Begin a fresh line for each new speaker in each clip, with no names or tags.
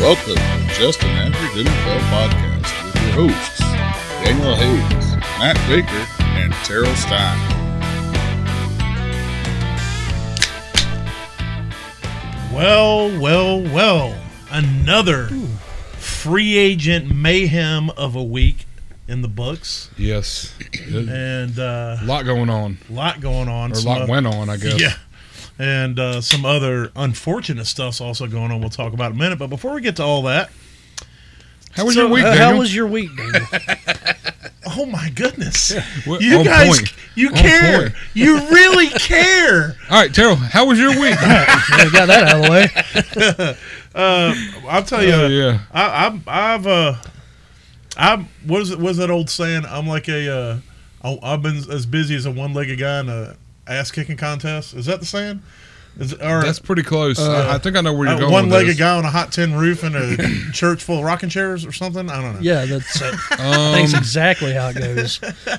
Welcome to Just an Average NFL Podcast with your hosts, Daniel Hayes, Matt Baker, and Terrell Stein.
Well, well, well. Another free agent mayhem of a week in the books,
Yes. A
and uh,
lot going on,
a lot going on.
or a
Some
lot
oth-
went on, I guess.
Yeah, and uh, some other unfortunate stuff's also going on. We'll talk about in a minute. But before we get to all that,
How was
So,
your week,
Uh,
Daniel?
how was your week, Daniel?
oh my goodness,
we're
you
on
guys,
point.
you
On
care,
point.
you really care.
All right, Terrell, how was your week?
I got that out of the way.
I'll tell you,
oh, yeah.
I, I'm, I've, uh, I'm. What is it? What's that old saying? I'm like a, uh, I- I've been as busy as a one-legged guy in a ass kicking contest. Is that the saying? Is or
That's pretty close. I, I think I know where you're
a
going. with
one-legged
this.
Uh, guy on a hot tin roof in a church full of rocking chairs or something? I don't know.
Yeah, that's
Um,
that's exactly how it goes. But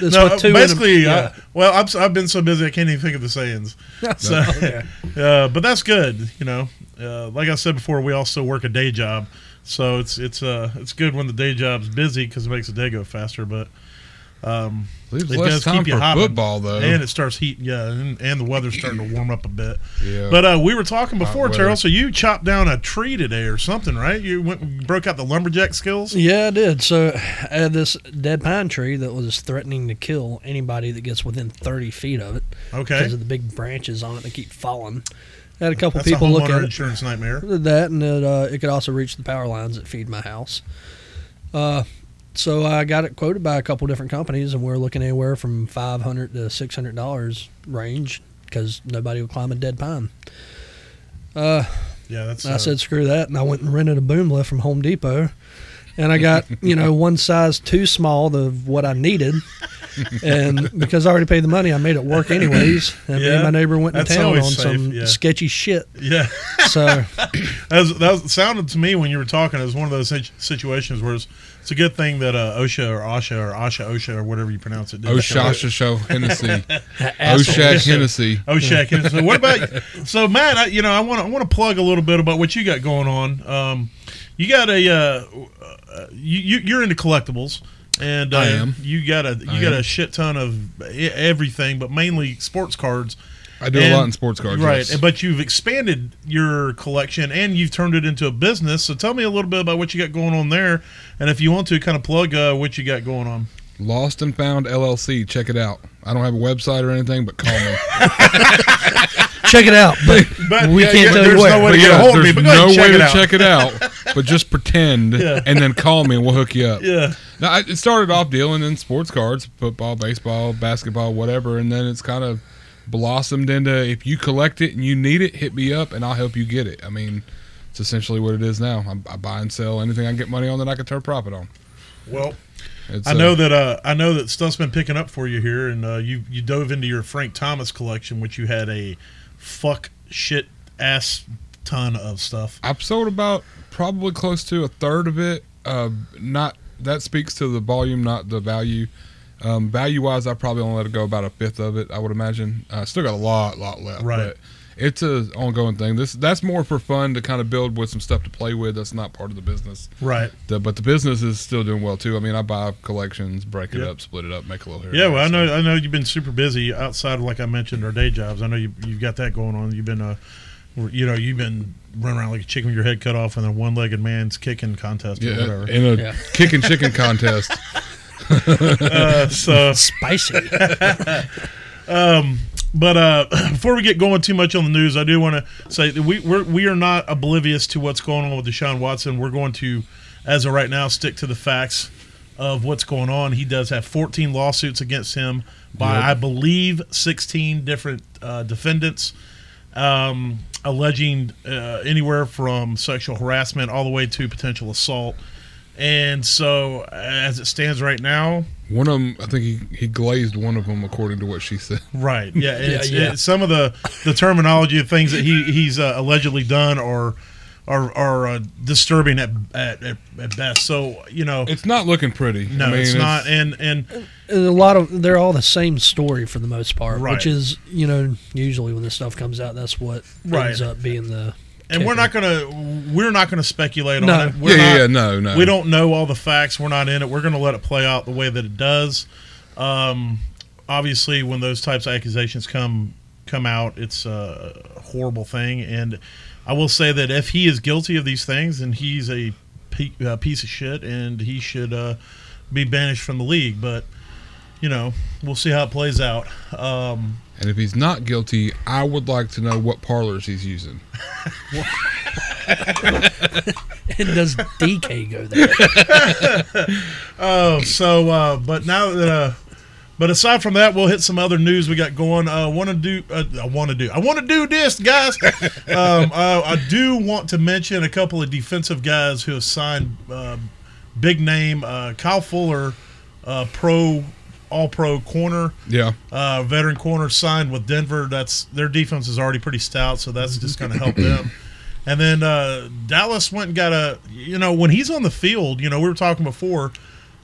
it's
No,
with two. in a-
basically, uh,
yeah.
I, well, I'm, s- I've been so busy I can't even think of the sayings. So, uh, but that's good, you know. Uh, like I said before, we also work a day job, so it's it's uh it's good when the day job's busy because it makes the day go faster. But
leaves
it
less
does
time
keep you
for
hopping.
football, though.
and it starts heating, yeah, and, and the weather's starting to warm up a bit.
yeah.
But uh, we were talking before,
weather.
Terrell. So you chopped down a tree today or something, right? You went broke out the lumberjack skills.
yeah, I did. So I had this dead pine tree that was threatening to kill anybody that gets within 30 feet of it because
Okay,
of the big branches on it that keep falling. I had a couple
that's a
people look
homeowner
at it.
insurance nightmare.
Did that, and it, uh, it could also reach the power lines that feed my house. Uh, so I got it quoted by a couple different companies, and we're looking anywhere from five hundred to six hundred dollars range because nobody would climb a dead pine. Uh,
Yeah, that's.
I
uh,
said screw that, and I went and rented a boom lift from Home Depot, and I got you know one size too small of what I needed, and because I already paid the money, I made it work anyways. And me
Yeah,
and my neighbor went to
that's
town
always
on
safe,
some
yeah.
sketchy shit.
Yeah,
So
that, was, that was, sounded to me when you were talking. It was one of those sit- situations where it's, it's a good thing that uh, OSHA or OSHA or OSHA OSHA or whatever you pronounce it. did that.
Oshasha Oh, Show Hennessy.
asshole.
Oshak Hennessy.
Oh, Shaq. And So what about? So Matt, I, you know, I want to I want to plug a little bit about what you got going on. Um, you got a uh, uh, you you- you're into collectibles, and uh,
I am.
you got a you
I
got
am.
a shit ton of e- everything, but mainly sports cards.
I do
And-
a lot in sports cards.
right?
yes.
But you've expanded your collection and you've turned it into a business. So tell me a little bit about what you got going on there, and if you want to, kind of plug uh, what you got going on.
Lost and Found LLC. Check it out. I don't have a website or anything, but call me.
check it out. But
But
We
yeah,
can't
yeah,
tell you
there's
where.
no way
But
to get
yeah,
a hold of
there's
me. But go
no
ahead and check
way
it
to
out.
check it out. But just pretend
Yeah.
and then call me and we'll hook you up.
Yeah.
No, I- it started off dealing in sports cards, football, baseball, basketball, whatever, and then it's kind of blossomed into if you collect it and you need it, hit me up and I'll help you get it. I mean, it's essentially what it is now. I, I buy and sell anything I get money on that I can turn profit on.
Well.
It's,
I
uh,
know that uh, I know that stuff's been picking up for you here, and uh, you you dove into your Frank Thomas collection, which you had a fuck shit ass ton of stuff.
I've sold about probably close to a third of it. Uh, not that speaks to the volume, not the value. Um, value wise, I probably only let go about a fifth of it. I would imagine. I still got a lot, lot left.
Right.
But it's a ongoing thing. This that's more for fun to kind of build with some stuff to play with. That's not part of the business.
Right.
The, but the business is still doing well too. I mean, I buy collections, break it
Yeah.
up, split it up, make a little. here and
Yeah,
there,
well, I
so.
know I know you've been super busy outside of like I mentioned our day jobs. I know you you've got that going on. You've been uh, you know, you've been running around like a chicken with your head cut off in a one legged man's kicking contest or
Yeah,
whatever.
in a
Yeah.
kicking chicken contest.
Uh, so
spicy.
But uh, before we get going too much on the news, I do want to say that we we're, we are not oblivious to what's going on with Deshaun Watson. We're going to, as of right now, stick to the facts of what's going on. He does have 14 lawsuits against him by, I believe, 16 different uh, defendants, um, alleging uh, anywhere from sexual harassment all the way to potential assault. And so, as it stands right now,
One of them, I think he, he glazed one of them, according to what she said.
Right. Yeah. and It's,
yeah.
It, some of the, the terminology of things that he, he's uh, allegedly done are are, are uh, disturbing at, at, at at best. So you know,
It's not looking pretty.
no,
I mean,
it's not. And and
And a lot of they're all the same story for the most part,
Right.
which is you know usually when this stuff comes out, that's what
Right.
ends up being the
and we're not gonna we're not gonna speculate
No.
on it. We're
yeah, yeah,
not-
yeah, no, no.
We don't know all the facts. We're not in it. We're going to let it play out the way that it does. Um, obviously, when those types of accusations come come out, it's a horrible thing. And I will say that if he is guilty of these things, then he's a pe- uh, piece of shit, and he should uh, be banished from the league. But you know, we'll see how it plays out. Um,
And if he's not guilty, I would like to know what parlors he's using.
And does DK go there?
Oh, so uh, but now that uh, but aside from that, we'll hit some other news we got going. Uh, want to do? Uh, I want to do. I want to do this, guys. um, uh, I do want to mention a couple of defensive guys who have signed uh, big name. Uh, Kyle Fuller, uh, pro, all pro corner
Yeah.
uh, veteran corner signed with Denver. That's their defense is already pretty stout, so that's just going to help them. And then uh, Dallas went and got a. You know, when he's on the field, you know, we were talking before.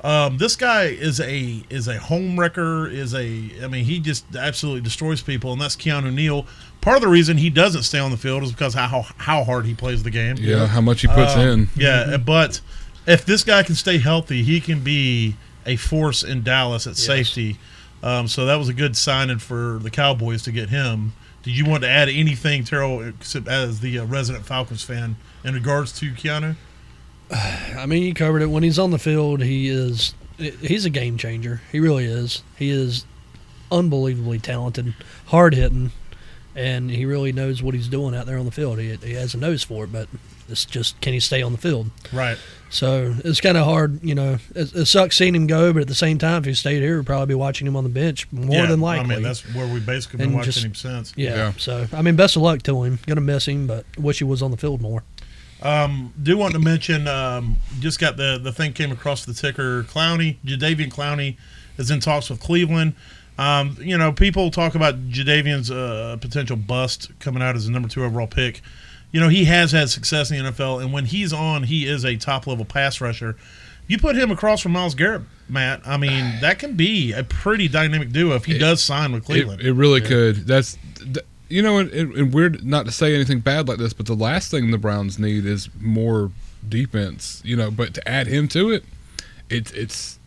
Um, this guy is a is a home wrecker. Is a I mean, he just absolutely destroys people, and that's Keanu Neal. Part of the reason he doesn't stay on the field is because how how hard he plays the game.
Yeah, how much he puts
Uh,
in.
Yeah,
Mm-hmm.
but if this guy can stay healthy, he can be a force in Dallas at safety. Um, so that was a good signing for the Cowboys to get him. Did you want to add anything, Terrell, except as the uh, resident Falcons fan, in regards to Keanu?
I mean, you covered it. When he's on the field, he is he's a game changer. He really is. He is unbelievably talented, hard hitting, and he really knows what he's doing out there on the field. He, he has a nose for it, but it's just can he stay on the field?
Right.
So it's kind of hard, you know. It, it sucks seeing him go, but at the same time, if he stayed here, we'd probably be watching him on the bench more
Yeah,
than likely.
I mean, that's where we've basically been
And
watching
just-
him since.
yeah,
Yeah.
So I mean, best of luck to him. Gonna miss him, but wish he was on the field more.
Um, do want to mention, um, just got the, the thing came across the ticker. Clowney, Jadavian Clowney is in talks with Cleveland. Um, you know, people talk about Jadavian's uh, potential bust coming out as a number two overall pick. You know, he has had success in the NFL, and when he's on, he is a top level pass rusher. You put him across from Miles Garrett, Matt. I mean, that can be a pretty dynamic duo if he does sign with Cleveland.
It, it really could. That's th- you know, and, and and weird not to say anything bad like this, but the last thing the Browns need is more defense. You know, but to add him to it, it's it's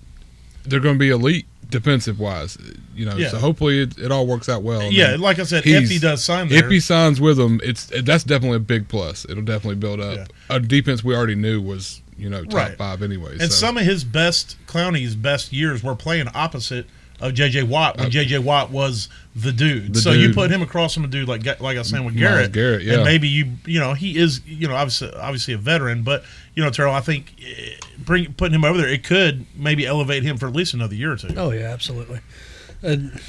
they're going to be elite defensive wise. You know,
Yeah.
so hopefully it, it all works out well. And
yeah,
then
like I said,
he's-
if he does sign there,
If he signs with them, it's that's definitely a big plus. It'll definitely build up a defense we already knew was you know top
Right.
five anyway.
And
so.
some of his best, Clowney's best years were playing opposite of J.J. Watt when J.J. Watt was the dude.
Uh, The
so you
dude.
put him across from a dude like like I was saying with Garrett.
Garrett, yeah.
And maybe you you know he is you know obviously obviously a veteran, but you know Terrell, I think eh, bring putting him over there, it could maybe elevate him for at least another year or two.
Oh yeah, absolutely. And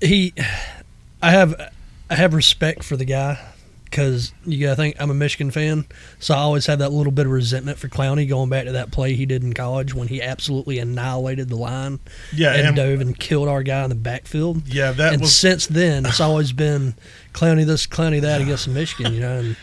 he, I have, I have respect for the guy because you got to think I'm a Michigan fan, so I always have that little bit of resentment for Clowney going back to that play he did in college when he absolutely annihilated the line
Yeah,
and,
and-
dove and killed our guy in the backfield.
Yeah, that
and
was
since then it's always been Clowney this, Clowney that against Michigan. You know, and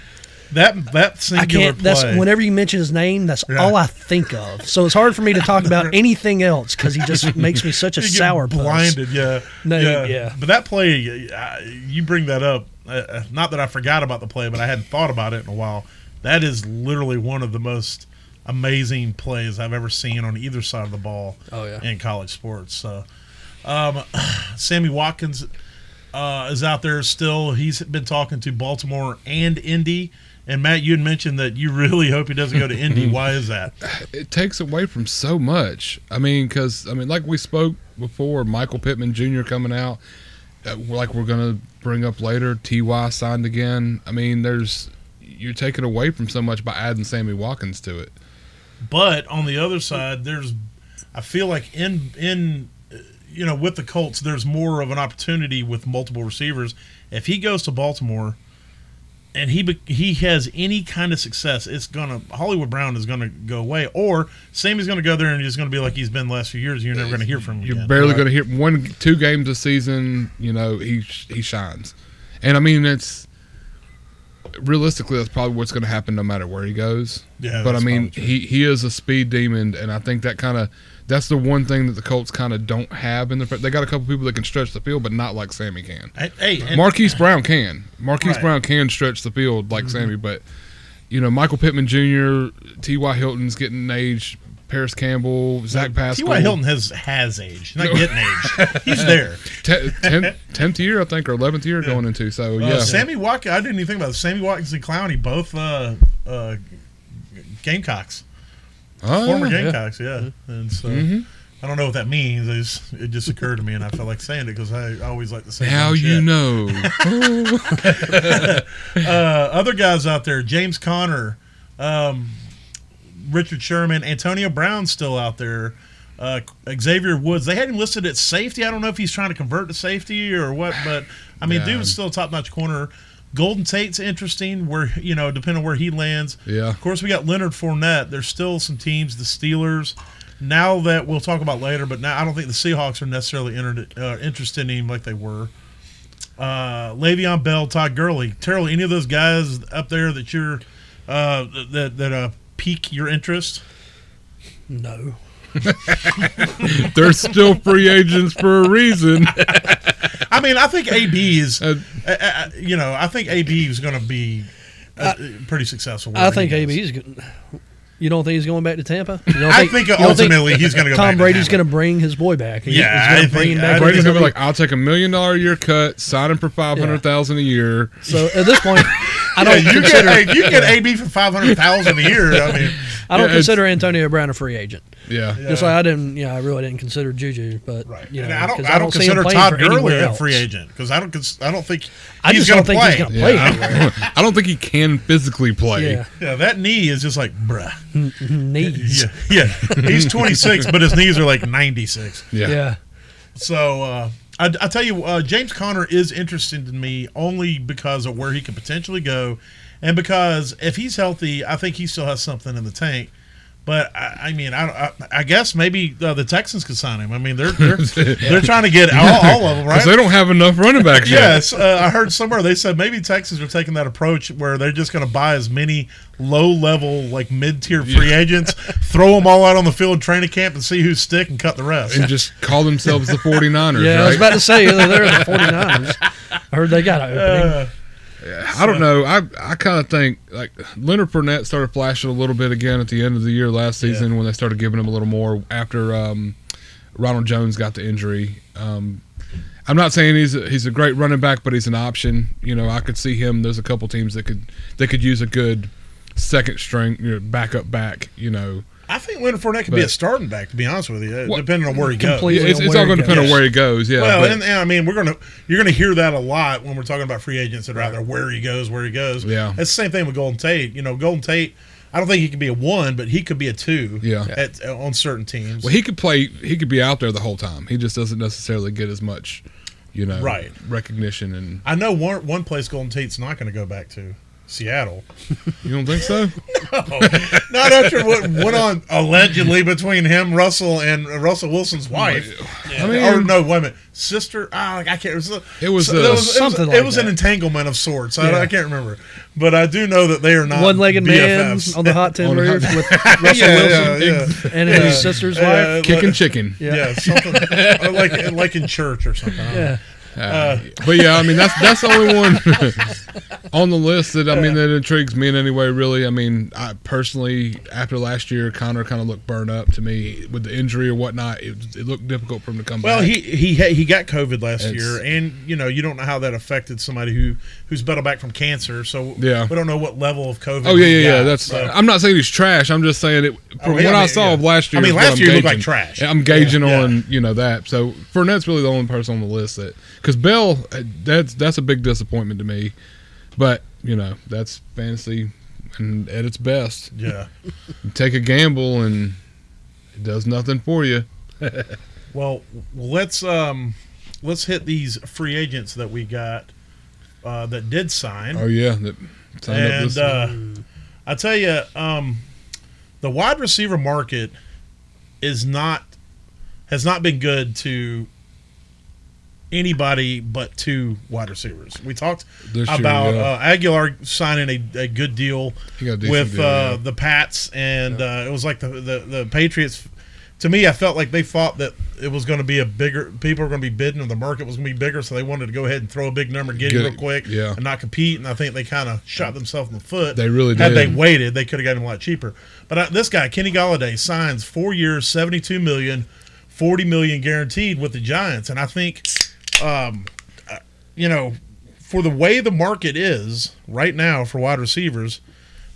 that that
I
singular
can't. That's
play.
whenever you mention his name, that's
Yeah.
all I think of. So it's hard for me to talk about anything else because he just makes me such a
You get
sour
blinded. Yeah,
No,
yeah.
yeah.
But that play, uh, you bring that up. uh, Uh, not that I forgot about the play, but I hadn't thought about it in a while. That is literally one of the most amazing plays I've ever seen on either side of the ball.
Oh, yeah.
in college sports. So, um, Sammy Watkins uh, is out there still. He's been talking to Baltimore and Indy. And Matt, you had mentioned that you really hope he doesn't go to Indy. Why is that?
it takes away from so much. I mean, because I mean, like we spoke before, Michael Pittman Jr. coming out, uh, like we're gonna bring up later. Ty signed again. I mean, there's you're taking away from so much by adding Sammy Watkins to it.
But on the other side, there's I feel like in in uh, you know with the Colts, there's more of an opportunity with multiple receivers. If he goes to Baltimore and he be- he has any kind of success, it's gonna Hollywood Brown is gonna go away, or Sammy's gonna go there and he's gonna be like he's been the last few years. And you're never gonna hear from him.
You're
again.
barely gonna hear one, two games a season. You know, he he shines, and I mean, it's realistically, that's probably what's going to happen no matter where he goes.
Yeah,
but I
that's
mean,
probably true.
he he is a speed demon, and I think that kind of that's the one thing that the Colts kind of don't have in their. They got a couple people that can stretch the field, but not like Sammy can.
Hey, hey, and-
Marquise Brown can. Marquise
Right. Mm-hmm.
Brown can stretch the field like Sammy, but you know Michael Pittman Jr., T.Y. Hilton's getting aged. Paris Campbell, Zach Pascal,
T.Y. Hilton has has age, not getting age. He's there.
te- tenth, tenth year I think or eleventh year going into. So
Uh,
yeah,
Sammy Watkins. I didn't even think about it. Sammy Watkins and Clowney, both uh, uh, G- Gamecocks,
Oh,
former
yeah. Mm-hmm.
Gamecocks. Yeah, and so I don't know what that means. I just, it just occurred to me, and I felt like saying it because I, I always like to say.
How
dumb
you
shit.
know?
uh, other guys out there, James Conner, um, Richard Sherman, Antonio Brown still out there, uh, Xavier Woods. They had him listed at safety. I don't know if he's trying to convert to safety or what, but I mean,
Yeah.
dude was still a top notch corner. Golden Tate's interesting, where you know, depending on where he lands.
Yeah.
Of course, we got Leonard Fournette. There's still some teams, the Steelers. Now that we'll talk about later, but now I don't think the Seahawks are necessarily entered, uh, interested in him like they were uh, Le'Veon Bell, Todd Gurley, Terrell, any of those guys up there that you're uh, that that uh, pique your interest?
No.
They're still free agents for a reason.
I mean, I think AB is,
Uh,
uh, uh, you know, I think AB is going to be uh, pretty successful.
I
wherever
think
he goes.
AB's. go- You don't think he's going back to Tampa? You don't
I think
you don't
ultimately he's going to go. back
Tom
to
Brady's
Tampa.
going to bring his boy back. He-
Yeah,
he's
I think-
going to bring
I
back.
Brady's gonna be
Brady.
like, "I'll take a million dollar a year cut, sign him for five hundred thousand a year."
So at this point, I
Yeah,
don't
you
consider
get hey, you get AB for five hundred thousand a year. I mean,
I
Yeah,
don't
it's-
consider Antonio Brown a free agent.
Yeah,
Just
Yeah.
like I didn't, yeah, I really didn't consider Juju, but
right.
you know,
and I don't
'cause
I don't
see him
consider
playing
Todd
for
Gurley
anywhere
a free
else.
agent because I don't cons- I don't think
I
he's
just
going
don't
to
think he's
play.
going to
yeah. I
play.
don't, I don't think he can physically play.
Yeah,
yeah, that knee is just like bruh.
knees.
Yeah, yeah. He's 26, but his knees are like 96.
yeah.
yeah.
So uh, I, I tell you, uh, James Conner is interesting to me only because of where he could potentially go, and because if he's healthy, I think he still has something in the tank. But I, I mean, I, I, I guess maybe uh, the Texans could sign him. I mean, they're they're, they're trying to get all, all of them, right?
'Cause they don't have enough running backs yet.
Yes, uh, I heard somewhere they said maybe Texans are taking that approach where they're just going to buy as many low level, like mid tier free agents, throw them all out on the field, training camp, and see who's stick and cut the rest.
and just call themselves the 49ers.
Yeah, I was
right?
about to say they're the 49ers. I heard they got an opening.
Uh,
I don't know. I I kind of think like Leonard Fournette started flashing a little bit again at the end of the year last season when they started giving him a little more after um, Ronald Jones got the injury. Um, I'm not saying he's a, he's a great running back, but he's an option. You know, I could see him. There's a couple teams that could that could use a good second string you know, backup back. You know,
I think Leonard Fournette could be a
But-
starting back, to be honest with you, uh,
Well,
depending on where he goes.
completely- Yeah,
it's, it's
where
all
he
going to depend on
goes.
where he goes. Yeah,
Well,
but-
and, and I mean, we're gonna you're gonna hear that a lot when we're talking about free agents that are out there. Where he goes, where he goes.
Yeah.
that's the same thing with Golden Tate. You know, Golden Tate. I don't think he could be a one, but he could be a two.
Yeah.
at, on certain teams.
Well, he could play. He could be out there the whole time. He just doesn't necessarily get as much, you know,
Right.
recognition. And
I know one one place Golden Tate's not going to go back to Seattle.
you don't think so?
not after what went on allegedly between him, Russell, and uh, Russell Wilson's wife.
I mean,
or no, wait a minute, sister. Ah, I can't. It was,
It was,
there
uh,
something
It was,
like
it was
that.
an entanglement of sorts. I,
Yeah.
I can't remember, but I do know that they are not
One-legged man
BFFs.
on the hot tin
On the
roof
hot-
with Russell
yeah,
Wilson
yeah,
and his sister's
yeah.
wife.
Uh,
Kicking
like-
chicken.
Yeah, something uh, like like in church or something. I don't know.
Yeah.
Uh, but yeah, I mean that's that's the only one on the list that I mean that intrigues me in any way. Really, I mean, I personally after last year, Connor kind of looked burned up to me with the injury or whatnot. It, it looked difficult for him to come
Well,
back.
he he ha- he got COVID last
It's-
year, and you know you don't know how that affected somebody who who's battled back from cancer. So
Yeah.
we don't know what level of COVID.
Oh yeah,
he
yeah, yeah.
got,
That's.
so-
I'm not saying he's trash. I'm just saying it from
Oh,
what
yeah, I
I
mean,
saw
yeah.
of last
I
year.
mean,
is what
last
I'm
year he looked like
gauging.
trash.
Yeah, I'm gauging
Yeah.
on you know that. So Fournette's really the only person on the list that because Bell uh, that's that's a big disappointment to me. But you know that's fantasy and at its best.
yeah.
You take a gamble and it does nothing for you.
Well, let's um let's hit these free agents that we got uh, that did sign.
Oh yeah, that signed up
and
this-
uh, I tell you, um, the wide receiver market is not has not been good to anybody but two wide receivers. We talked
This year,
about
yeah.
uh, Aguilar signing a, a good deal
He got a decent
with
deal,
uh,
yeah.
the Pats, and uh, it was like the, the the Patriots. To me, I felt like they thought that it was going to be a bigger. People were going to be bidding, or the market was going to be bigger, so they wanted to go ahead and throw a big number, get,
Get
him real
it,
quick,
yeah.
and not compete. And I think they kind of shot themselves in the foot.
They really
Had
did.
they waited, they could have gotten him a lot cheaper. But uh this guy, Kenny Galladay, signs four years, seventy-two million, forty million guaranteed with the Giants, and I think, um, uh, you know, for the way the market is right now for wide receivers,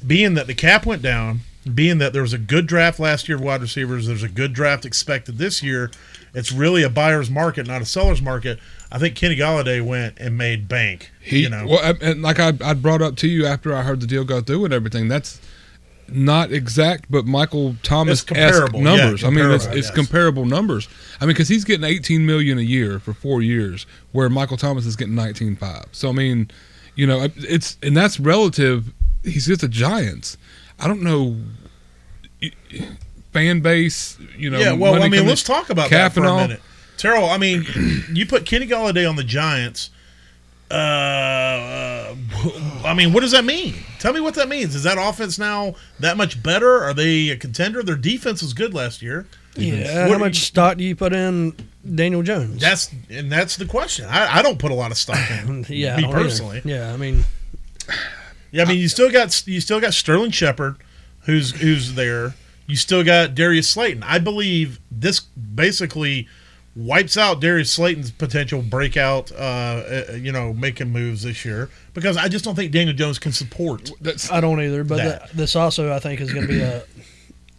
being that the cap went down, being that there was a good draft last year of wide receivers, there's a good draft expected this year. It's really a buyer's market, not a seller's market. I think Kenny Galladay went and made bank.
He,
you know,
well, I- and like I, I brought up to you after I heard the deal go through and everything. That's not exact, but Michael Thomas
comparable, yeah,
numbers. I mean, it's,
comparable,
it's
yes.
comparable numbers. I mean, because he's getting 18 million a year for four years, where Michael Thomas is getting 19.5. So I mean, you know, it's and that's relative. He's just a Giants. I don't know. Fan base, you know.
yeah, well,
money
I mean,
coming-
let's talk about that
cap
for
and
a
all.
minute. Terrell, I mean, you put Kenny Galladay on the Giants. Uh, uh, I mean, what does that mean? Tell me what that means. Is that offense now that much better? Are they a contender? Their defense was good last year.
Yeah.
What
How
are
much
you-
stock do you put in Daniel Jones?
That's and that's the question. I, I don't put a lot of stock in.
yeah, I
me
don't either.
personally.
Yeah, I mean,
Yeah, I mean, you still got you still got Sterling Shepard, who's who's there. You still got Darius Slayton. I believe this basically wipes out Darius Slayton's potential breakout. Uh, uh, you know, making moves this year because I just don't think Daniel Jones can support.
That's,
I don't either. But
That.
that. this also, I think, is going to be a,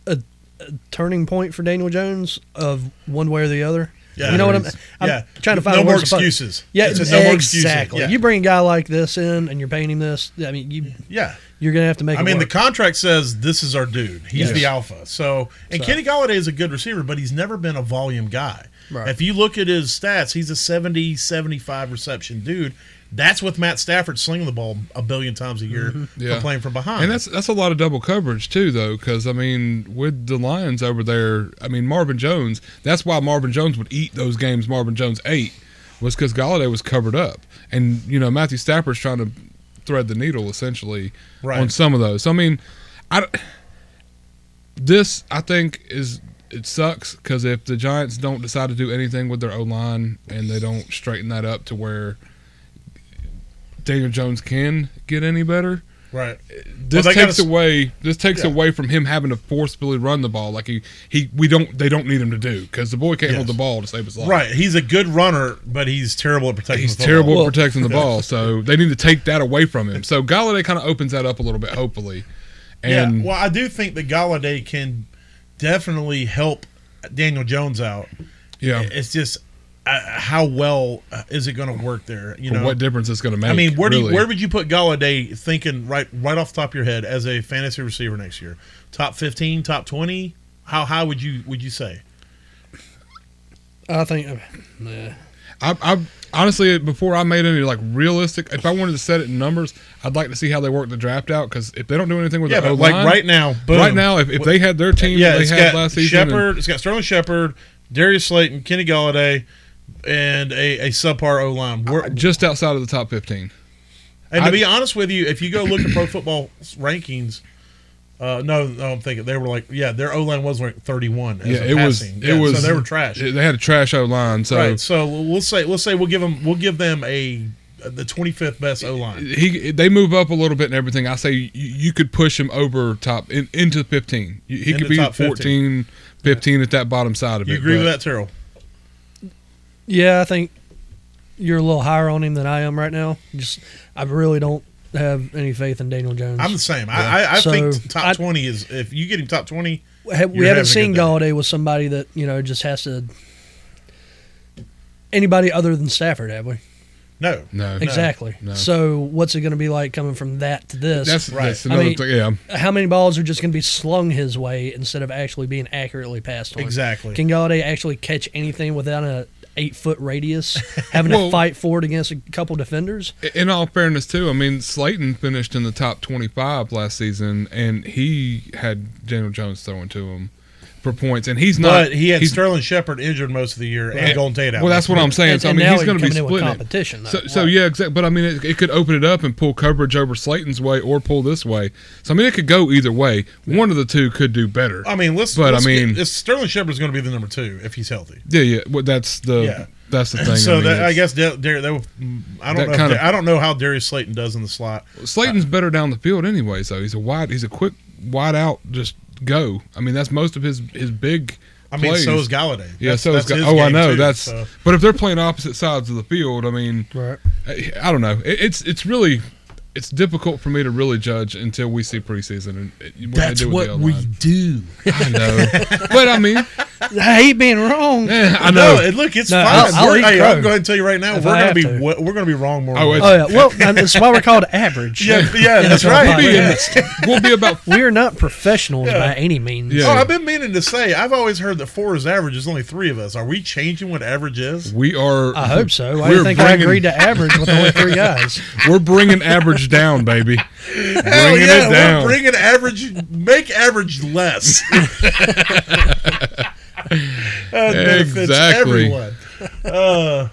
a a turning point for Daniel Jones of one way or the other.
Yeah.
you know what I'm,
Agrees.
I'm
yeah,
trying to find
no
a
more
words to put-
excuses.
Yeah,
It's a no more excuses.
exactly.
Yeah.
You bring a guy like this in, and you're paying him this. I mean, you
yeah.
you're going to have to make.
I
it
mean, the
work.
contract says this is our dude. He's
Yes.
the alpha. So, and
So-
Kenny Galladay is a good receiver, but he's never been a volume guy.
Right.
If you look at his stats, he's a 70, 75 reception dude. That's with Matt Stafford slinging the ball a billion times a year
Mm-hmm. Yeah.
for playing from behind.
And that's that's a lot of double coverage too, though, because I mean, with the Lions over there, I mean Marvin Jones. That's why Marvin Jones would eat those games. Marvin Jones ate was because Galladay was covered up, and you know Matthew Stafford's trying to thread the needle essentially
Right.
on some of those. So, I mean, I d- this I think is it sucks because if the Giants don't decide to do anything with their O line and they don't straighten that up to where Daniel Jones can get any better
right.
this
Well, they
takes
gotta-
away this takes
Yeah.
away from him having to forcefully run the ball like he, he we don't they don't need him to do because the boy can't hold
Yes.
the ball to save his life.
Right. He's a good runner, but he's terrible at protecting
He's
the football.
terrible
Well-
at protecting the ball, so they need to take that away from him. So Galladay kind of opens that up a little bit, hopefully. And
yeah, well, I do think that Galladay can definitely help Daniel Jones out.
yeah,
It's just uh, how well uh, is it going to work there? You know,
what difference it's going to make?
I mean, where do you,
really.
where would you put Galladay thinking right right off the top of your head as a fantasy receiver next year? Top fifteen, top twenty? How high would you would you say?
I think. Yeah.
I, I honestly before I made any like realistic, if I wanted to set it in numbers, I'd like to see how they work the draft out because if they don't do anything with
Yeah,
their
but like
O-line,
right now, boom.
right now, if, if they had their team,
yeah,
that
it's
they had
got
last season, and-
Shepard, it's got Sterling Shepard, Darius Slayton, Kenny Galladay, and a, a subpar O line. We're-
just outside of the top fifteen.
And to
I-
be honest with you, if you go look at Pro Football rankings. Uh, no, no, I'm thinking they were like, yeah, their O line was ranked 31. As
yeah,
a
it was.
passing.
It
Yeah,
was.
So they were trash.
They had a trash O line. So
right. So we'll say we'll say we'll give them we'll give them a the 25th best O line.
he they move up a little bit and everything. I say you, you could push him over top in, into fifteen. You- He
Into
could be
top
14, 15, at that bottom side of
You
it.
agree with
but
that, Terrell?
Yeah, I think you're a little higher on him than I am right now. Just I really don't have any faith in Daniel Jones.
I'm the same. I I, I
So,
think
I-
top 20 is if you get him top 20.
Ha- we
You're having a
haven't seen
good day.
Galladay with somebody that you know just has to. Anybody other than Stafford, have we?
No,
No,
Exactly.
No.
So what's it going to be like coming from that to this?
that's
Right.
That's
I
another
mean-
thing. Yeah,
How many balls are just going to be slung his way instead of actually being accurately passed on?
Exactly.
Can Galladay actually catch anything without a eight foot radius, having
Well-
to fight for it against a couple defenders?
in all fairness too, I mean Slayton finished in the top twenty five last season, and he had Daniel Jones throwing to him. for points, and he's not.
But he had
he's-
Sterling Shepard injured most of the year and Golden Tate out.
Well, that's what I'm saying.
And-
so I
and
mean,
now
he's
he's
going to be
coming in with
splitting it.
competition, though.
So, so
Right.
yeah, exactly. But I mean, it, it could open it up and pull coverage over Slayton's way, or pull this way. So I mean, it could go either way. One of the two could do better.
I mean, let's.
But, I
let's get-
mean-
it's- Sterling Shepard's going to be the number two if he's healthy.
yeah, yeah. Well, that's the
Yeah.
that's the thing.
so
I mean,
that, I
it's-
guess Dar- Dar- that would- mm, I
That
don't know. if
kind
Dar-
of-
I don't know how Darius Slayton does in the slot.
Slayton's better down the field anyway. So he's a wide. He's a quick wide out. Just go. I mean, that's most of his his big.
I mean,
plays.
so is Galladay.
Yeah,
That's-
so it's
that's
got,
his
oh, I
game,
know
too,
that's.
so-
But if they're playing opposite sides of the field, I mean,
Right.
I, I don't know. It, it's it's really it's difficult for me to really judge until we see preseason and it- what they do with the O-line.
do.
I know, but I mean,
I hate being wrong.
eh, I
No,
know.
and look, it's
No,
fine.
I'll- I'll
We're-
eat
hey,
crow.
I'm going to tell you right now,
If
we're
I
going to
have
be
to.
we- we're going to be wrong more.
Oh,
often.
it's-
Oh yeah. Well, and that's why we're called average.
yeah, yeah, that's
Yeah,
right.
we'll, be in
Yeah.
the- we'll be about
We are not professionals by any means.
Yeah.
Oh, I've been meaning to say. I've always heard that four is average. There's only three of us. Are we changing what average is?
we are.
I hope so.
We're
I didn't think I
bringing-
agreed to average with only three guys.
We're bringing average down, baby. Bringing
Hell yeah,
it down.
we're bringing average. Make average less. that benefits
Exactly.
everyone. Uh,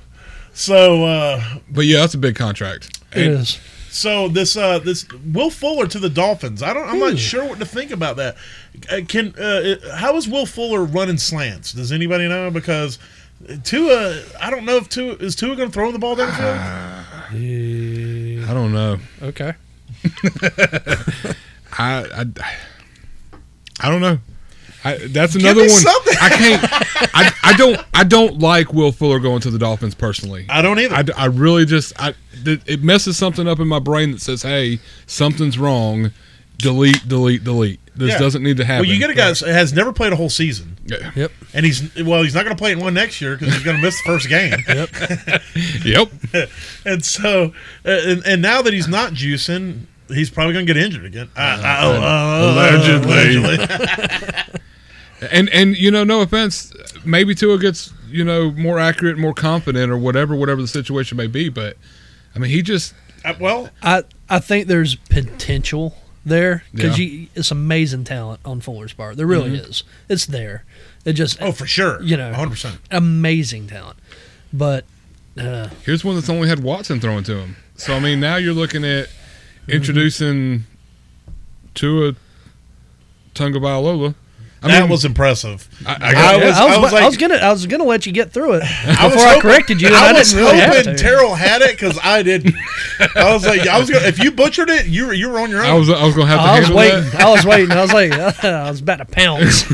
so, uh,
but yeah, that's a big contract.
It is.
so this uh, this Will Fuller to the Dolphins. I don't. I'm not sure what to think about that. Uh, Can uh, it- how is Will Fuller running slants? Does anybody know? Because Tua, I don't know if Tua is Tua going to throw the ball downfield.
I don't know.
Okay.
I I, I don't know. I, that's another
me
one.
something.
I can't. I, I don't. I don't like Will Fuller going to the Dolphins personally.
I don't either.
I, I really just I th- it messes something up in my brain that says, "Hey, something's wrong. Delete, delete, delete. This
Yeah.
doesn't need to happen."
well, you get a guy that has never played a whole season.
Yeah.
Yep.
And he's well, he's not going to play in one next year because he's going to miss the first game.
Yep.
And so, uh, and, and now that he's not juicing, he's probably going to get injured again. I, I, oh, uh,
Allegedly.
allegedly.
And and you know, no offense, maybe Tua gets you know more accurate, more confident, or whatever, whatever the situation may be. But I mean, he just
Uh, well,
I I think there's potential there because
Yeah.
you it's amazing talent on Fuller's part. There really is. It's there. It just
oh, for sure.
You know.
100. percent
amazing talent, but uh,
here's one that's only had Watson thrown to him. So I mean, now you're looking at
Mm-hmm.
introducing Tua Tungabailola. I
That
mean,
was impressive.
I, I got-
I was-
I, was,
like-
I was gonna I was gonna let you get through it
I was
before I
hoping-
corrected you. And I,
was
didn't really have
hoping
to.
Terrell had it because I didn't. I was like, I was gonna, if you butchered it, you were you were on your
I
own.
was I was gonna have to
I was
handle
waiting.
that.
I was waiting. I was like, I was about to pounce.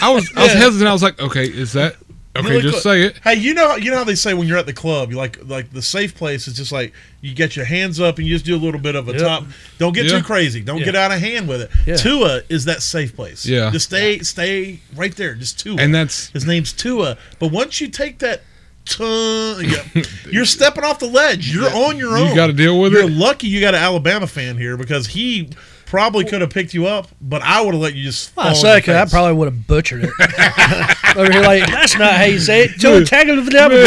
I was I was hesitant. I was like, okay, is that okay?
Really
just
clo-
say it.
Hey, you know you know how they say when you're at the club, you like like the safe place is just like you get your hands up and you just do a little bit of a
Yep.
top. Don't get
Yeah.
too crazy. Don't
Yeah.
get out of hand with it.
Yeah.
Tua is that safe place.
Yeah.
Just stay stay right there. Just Tua.
And that's-
his name's Tua. But once you take that tongue, yeah, you're stepping off the ledge. You're on your
You
own.
gotta deal with
you're
it.
lucky you got an Alabama fan here because he probably could have picked you up, but I would have let you just.
I
fall on your
second, I
face.
probably would have butchered it. Over here, like that's not how you say it. Joe Tackle the devil.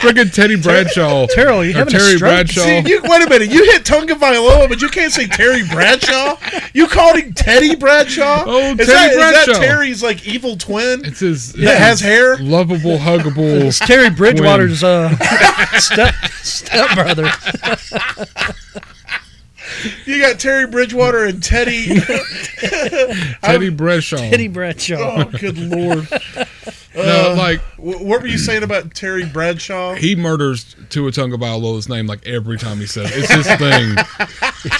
Freaking Teddy Bradshaw.
Terrell, you
or
having a
Terry
stroke?
Bradshaw.
See, you, wait a minute. You hit Tonga Vailoa, but you can't say Terry Bradshaw. You called him Teddy Bradshaw.
Oh,
is
Teddy
that, is that
Bradshaw.
Terry's like evil twin
it's his
that has hair?
lovable, huggable.
It's Terry Bridgewater's uh, step stepbrother.
You got Terry Bridgewater and Teddy.
Teddy Bradshaw.
Kitty Bradshaw.
oh, good lord!
uh.
no, like
Wh- What were you saying about Terry Bradshaw?
he murders Tua Tagovailoa's name like every time he says it. It's his thing.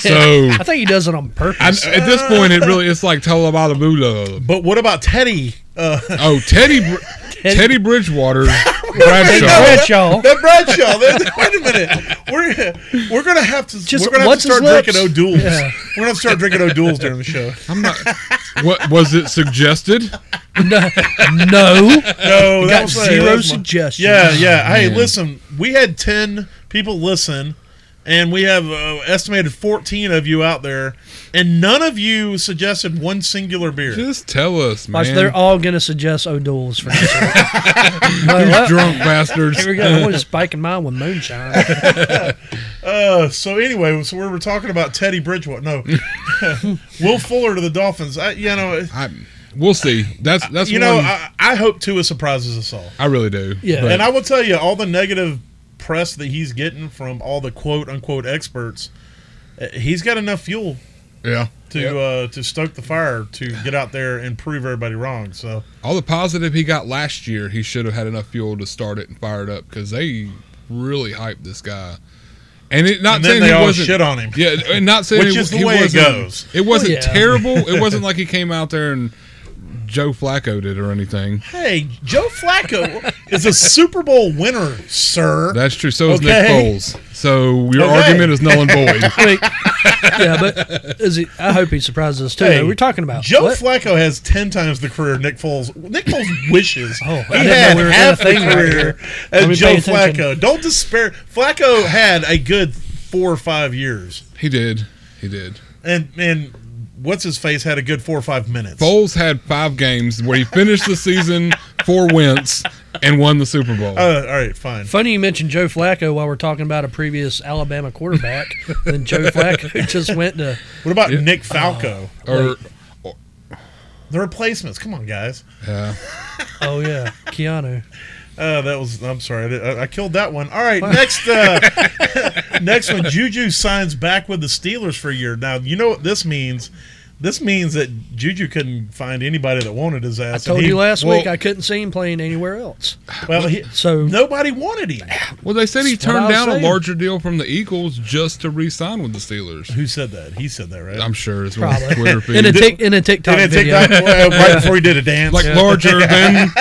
so
I think he does it on purpose.
I, at this point, it really it's like Talabalabula.
But what about Teddy? Uh,
Oh, Teddy, Br- Teddy, Bridgewater Bradshaw.
Bradshaw.
that Bradshaw. that- wait a minute. We're we're gonna have to.
Just
we're gonna have to
what's his
start
lips?
drinking O'Douls.
Yeah.
We're gonna start drinking O'Douls during the show.
I'm not. What was it suggested?
No,
No, that
got
was
zero
that's my-
suggestions.
Yeah, yeah. hey,
man.
listen, we had 10 people listen, and we have uh, estimated 14 of you out there, and none of you suggested one singular beer.
Just tell us, man.
Watch, they're all gonna suggest O'Doul's for this one. Like, well,
drunk bastards.
Here we go. I'm gonna spike mine with moonshine.
Uh, so, anyway, so we were talking about Teddy Bridgewater. No, Will Fuller to the Dolphins. I, you know,
I, We'll see. That's that's
you
one
know, I, I hope Tua surprises us all.
I really do.
Yeah.
But
And I will tell you, all the negative press that he's getting from all the quote unquote experts, uh, he's got enough fuel
yeah.
to
Yep.
uh, to stoke the fire to get out there and prove everybody wrong. So
All the positive he got last year, he should have had enough fuel to start it and fire it up because they really hyped this guy. And it not
and
saying
then they
he
all
wasn't.
shit on him.
Yeah, and not saying
Which
he,
is the
he
way it
wasn't,
goes.
It wasn't
Oh, yeah.
terrible. It wasn't like he came out there and Joe Flacco did or anything.
Hey, Joe Flacco is a Super Bowl winner, sir.
That's true. So is Nick
Okay.
Foles. So your
Okay.
argument is null and void.
I mean, yeah, but is he, I hope he surprises us too.
Hey,
We're talking about
Joe
what?
Flacco has ten times the career of Nick Foles. Nick Foles wishes
Oh,
he
I didn't know
had
we were
half the
doing a thing right
career
Let
of
me
Joe
pay attention.
Flacco. Don't despair. Flacco had a good four or five years,
he did. He did.
and and what's his face had a good four or five minutes.
Foles had five games where he finished the season four wins and won the Super Bowl.
Uh, all right, fine.
Funny you mentioned Joe Flacco while we're talking about a previous Alabama quarterback. then Joe Flacco just went to
What about Nick Falco?
Oh.
or
The replacements. Come on, guys.
yeah.
oh yeah, Keanu.
Uh, that was. I'm sorry. I, did- I- I killed that one. All right. Next. Uh, next one. Juju signs back with the Steelers for a year. Now you know what this means. This means that Juju couldn't find anybody that wanted his
I
ass. and
told
he-
you last
well-
week I couldn't see him playing anywhere else.
Well, he,
So
nobody wanted him.
Well, they said he
That's what I
turned
was
down
saying.
a larger deal from the Eagles just to re-sign with the Steelers.
Who said that? He said that, right?
I'm sure it's one of the
probably
Twitter
in a
feed.
tic, in a TikTok
and it
video.
TikTok uh, right before he did a dance.
like larger than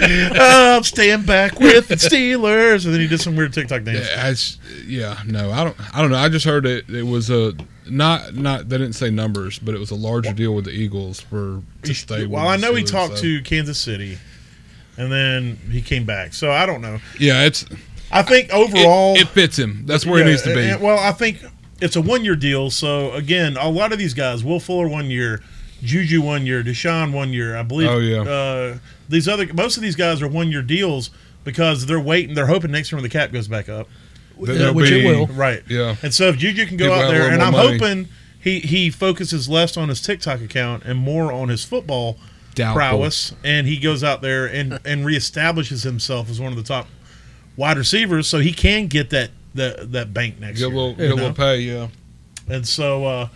I'm staying Oh, back with the Steelers, and then he did some weird TikTok dance.
Yeah, it's- yeah, no, I don't. I don't know. I just heard it. It was a not not. They didn't say numbers, but it was a larger deal with the Eagles for to stay. with
well, I
the
know he
Steelers,
talked
so-
to Kansas City, and then he came back. So I don't know.
Yeah, it's it-
I think overall,
It, fits him. That's where
Yeah,
he needs to be.
and- well, I think it's a one-year deal. So again, a lot of these guys, Will Fuller one year, Juju one year, Deshaun one year. I believe.
Oh, yeah.
Uh, these other most of these guys are one-year deals because they're waiting. They're hoping next year when the cap goes back up.
That they'll
which it
be-
will.
Right.
Yeah.
And so if Juju can go
Give
out
out a
there,
little
and
more
I'm
money.
hoping he he focuses less on his TikTok account and more on his football
Doubtful.
prowess, and he goes out there and and reestablishes himself as one of the top wide receivers, so he can get that that that bank next
Good
year.
little,
you
good little
know?
pay. Yeah,
And so, uh,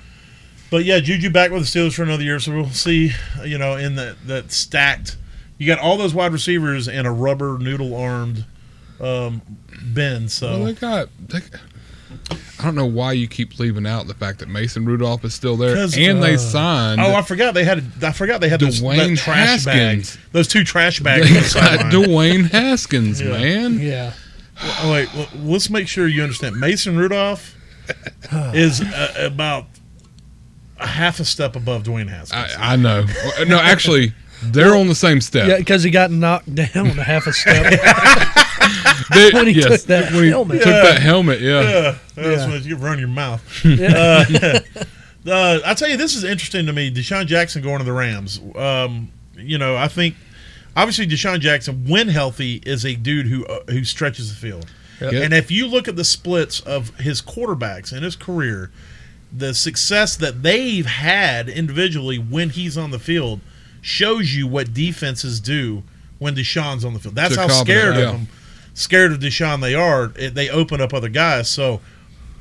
but yeah, Juju back with the Steelers for another year, so we'll see. You know, in that that stacked, you got all those wide receivers and a rubber noodle armed um, Ben. So
well, they got. Oh, They, I don't know why you keep leaving out the fact that Mason Rudolph is still there,
'Cause,
and
uh,
they signed.
Oh, I forgot they had. I forgot they had those
Dwayne
that trash
Haskins.
bags. Those two trash
they
bags. on the
got
sideline.
Dwayne Haskins, man.
Yeah,
oh, wait, well, let's make sure you understand. Mason Rudolph is uh, about a half a step above Dwayne Haskins.
I, I know. No, actually, they're on the same step.
yeah, because he got knocked down a half a step.
They-
When he took that
when he
helmet.
took
Yeah.
that helmet, yeah.
Uh, that's
Yeah.
what you run your mouth.
Yeah.
Uh, I tell you, this is interesting to me. Deshaun Jackson going to the Rams. Um, you know, I think obviously Deshaun Jackson, when healthy, is a dude who uh, who stretches the field.
Yeah.
And if you look at the splits of his quarterbacks in his career, the success that they've had individually when he's on the field shows you what defenses do when Deshaun's on the field. That's
To
how
accommodate,
scared
yeah.
of him, scared of Deshaun they are. It, they open up other guys. So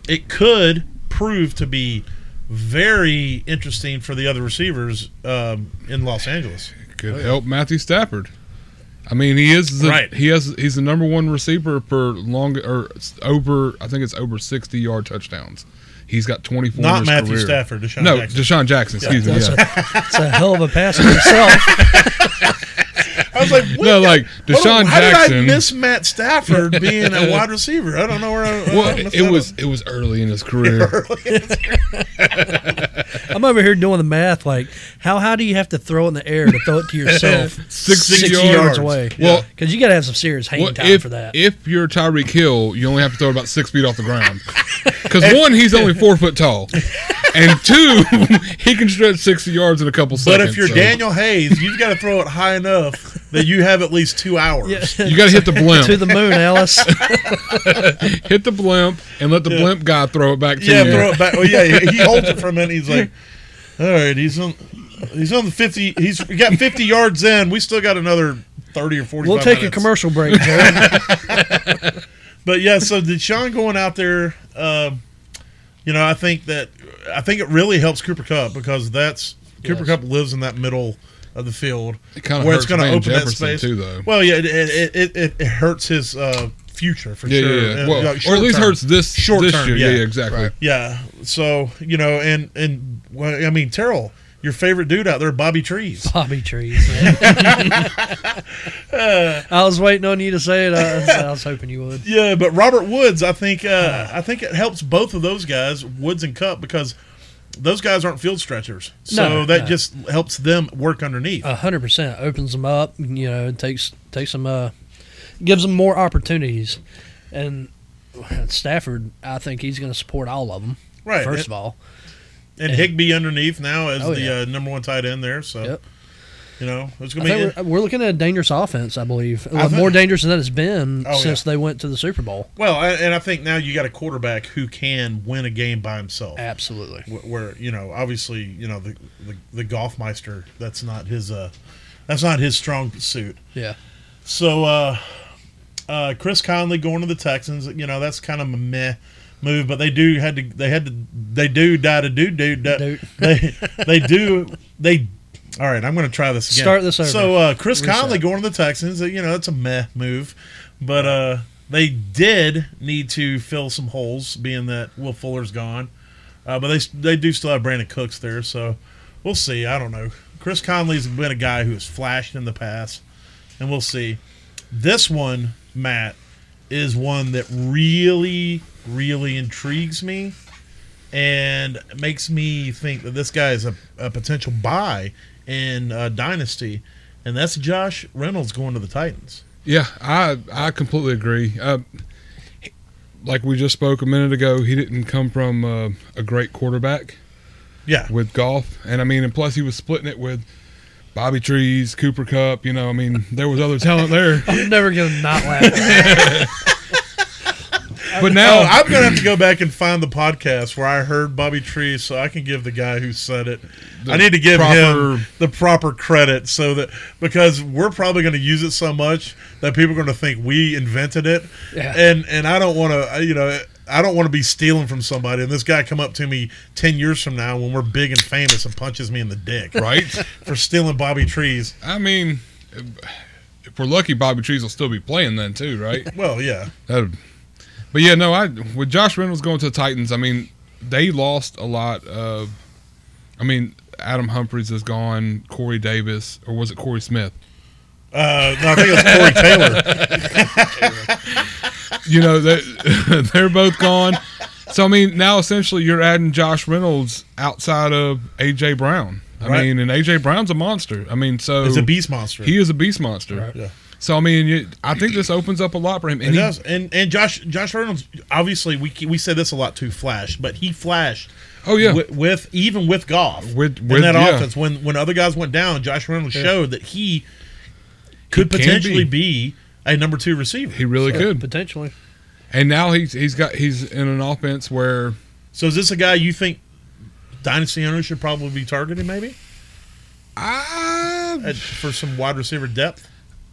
it could prove to be very interesting for the other receivers um, in Los Angeles.
Could help Matthew Stafford. I mean, he is the,
Right.
he has he's the number one receiver for long or s- over. I think it's over sixty yard touchdowns. He's got twenty four.
Not
in his
Matthew
career.
Stafford, Deshaun
no,
Jackson.
Deshaun Jackson. Excuse me.
that's
yeah.
a, it's a hell of a pass in itself.
I was like, what
No,
the-
like,
hold on,
Deshaun
How did I
Jackson-
miss Matt Stafford being a wide receiver? I don't know where. I,
Well,
I missed
it
that
was
one.
it was early in his career.
I'm over here doing the math. Like, how high do you have to throw it in the air to throw it to yourself?
60
yards,
yards.
away.
Well-
because you got to have some serious hang
Well,
time
if
for that.
if you're Tyreek Hill, you only have to throw about six feet off the ground. Because one, he's only four foot tall, and two, he can stretch sixty yards in a couple
But
seconds.
if you're
so
Daniel Hayes, you've got to throw it high enough that you have at least two hours.
you got to hit the blimp.
to the moon, Alice.
hit the blimp and let the blimp guy throw it back to
Yeah,
you.
throw it back. Well, yeah, he holds it for a minute. He's like, all right, he's on. He's on the fifty. He's we got fifty yards in. We still got another thirty or forty.
We'll take a commercial break, Jared.
But yeah, so Deshaun going out there, um, you know, I think that I think it really helps Cooper Cup because that's Cooper
Yes.
Cup lives in that middle of the field
It kinda
where it's
hurts
gonna
Van
open
Jefferson,
that space.
too, though.
Well, yeah, it it, it, it, it hurts his uh, future for
Yeah,
sure.
yeah, yeah.
Uh,
Well,
like
or at
short
least
term.
hurts this
Short
this
term,
year. Yeah,
yeah.
yeah, exactly.
Right. Yeah. So you know, and and well, I mean, Terrell, your favorite dude out there, Bobby Trees.
Bobby trees. Man. I was waiting on you to say it. I, I was hoping you would.
Yeah, but Robert Woods, I think uh, I think it helps both of those guys, Woods and Cup, because those guys aren't field stretchers, so
No, Uh,
that
no.
just helps them work underneath.
A hundred percent opens them up. You know, it takes takes them uh, gives them more opportunities. And Stafford, I think he's going to support all of them.
right.
First
and,
of all,
and Higby underneath now as
Oh,
the
yeah.
uh, number one tight end there. So
Yep.
you know it's
I
gonna be.
think we're, we're looking at a dangerous offense. I believe a
I
lot
think-
more dangerous than it's been
Oh,
since they went to the Super Bowl.
well, I, and I think now you got a quarterback who can win a game by himself.
Uh, Absolutely.
wh- where you know obviously you know the the, the golf meister that's not his uh that's not his strong suit
Yeah.
so uh uh chris conley going to the texans you know that's kind of a meh move but they do had to they had to they do die to do do do
Dude.
they they do they all right i'm gonna try this again
Start this over.
so uh chris
Reset.
conley going to the texans uh, you know that's a meh move but uh they did need to fill some holes being that will fuller's gone uh, but they they do still have Brandon Cooks there, so we'll see. I don't know. Chris Conley's been a guy who has flashed in the past, and we'll see. This one, Matt, is one that really, really intrigues me and makes me think that this guy is a, a potential buy in uh, Dynasty, and that's Josh Reynolds going to the Titans.
Yeah, I I completely agree. Uh, like we just spoke a minute ago, he didn't come from uh, a great quarterback
Yeah.
with golf, and I mean, and plus he was splitting it with Bobby Trees, Cooper Cup. You know, I mean, there was other talent there,
I'm never going to not laugh.
but
Oh,
now
I'm gonna have to go back and find the podcast where I heard Bobby Tree, so I can give the guy who said it. I need to give him
proper-
the proper credit, so that because we're probably going to use it so much that people are going to think we invented it,
Yeah.
and and I don't want to, you know. I don't want to be stealing from somebody, and this guy come up to me ten years from now when we're big and famous and punches me in the dick
right?
for stealing Bobby Trees.
I mean, if we're lucky, Bobby Trees will still be playing then too, right?
Well, yeah,
That'd- but yeah, no, I with Josh Reynolds going to the Titans, I mean, they lost a lot of. I mean, Adam Humphries is gone, Corey Davis, or was it Corey Smith?
uh, no, I think it's Corey Taylor.
You know, they, they're both gone. So I mean, now essentially you're adding Josh Reynolds outside of AJ Brown. I
Right.
mean, and AJ Brown's a monster. I mean, so
It's a beast monster.
he is a beast monster.
Yeah.
So I mean, you, I think this opens up a lot for him. And
It
he-
does. And and Josh Josh Reynolds obviously we we said this a lot too Flash, but he flashed.
oh yeah,
With, with even with golf
With-
in
with-
that
yeah.
offense when when other guys went down, Josh Reynolds showed that he could
can
potentially be. a number two receiver.
he really could.
Potentially.
And now he's he's got he's in an offense where
so is this a guy you think dynasty owners should probably be targeting maybe
I
at, for some wide receiver depth?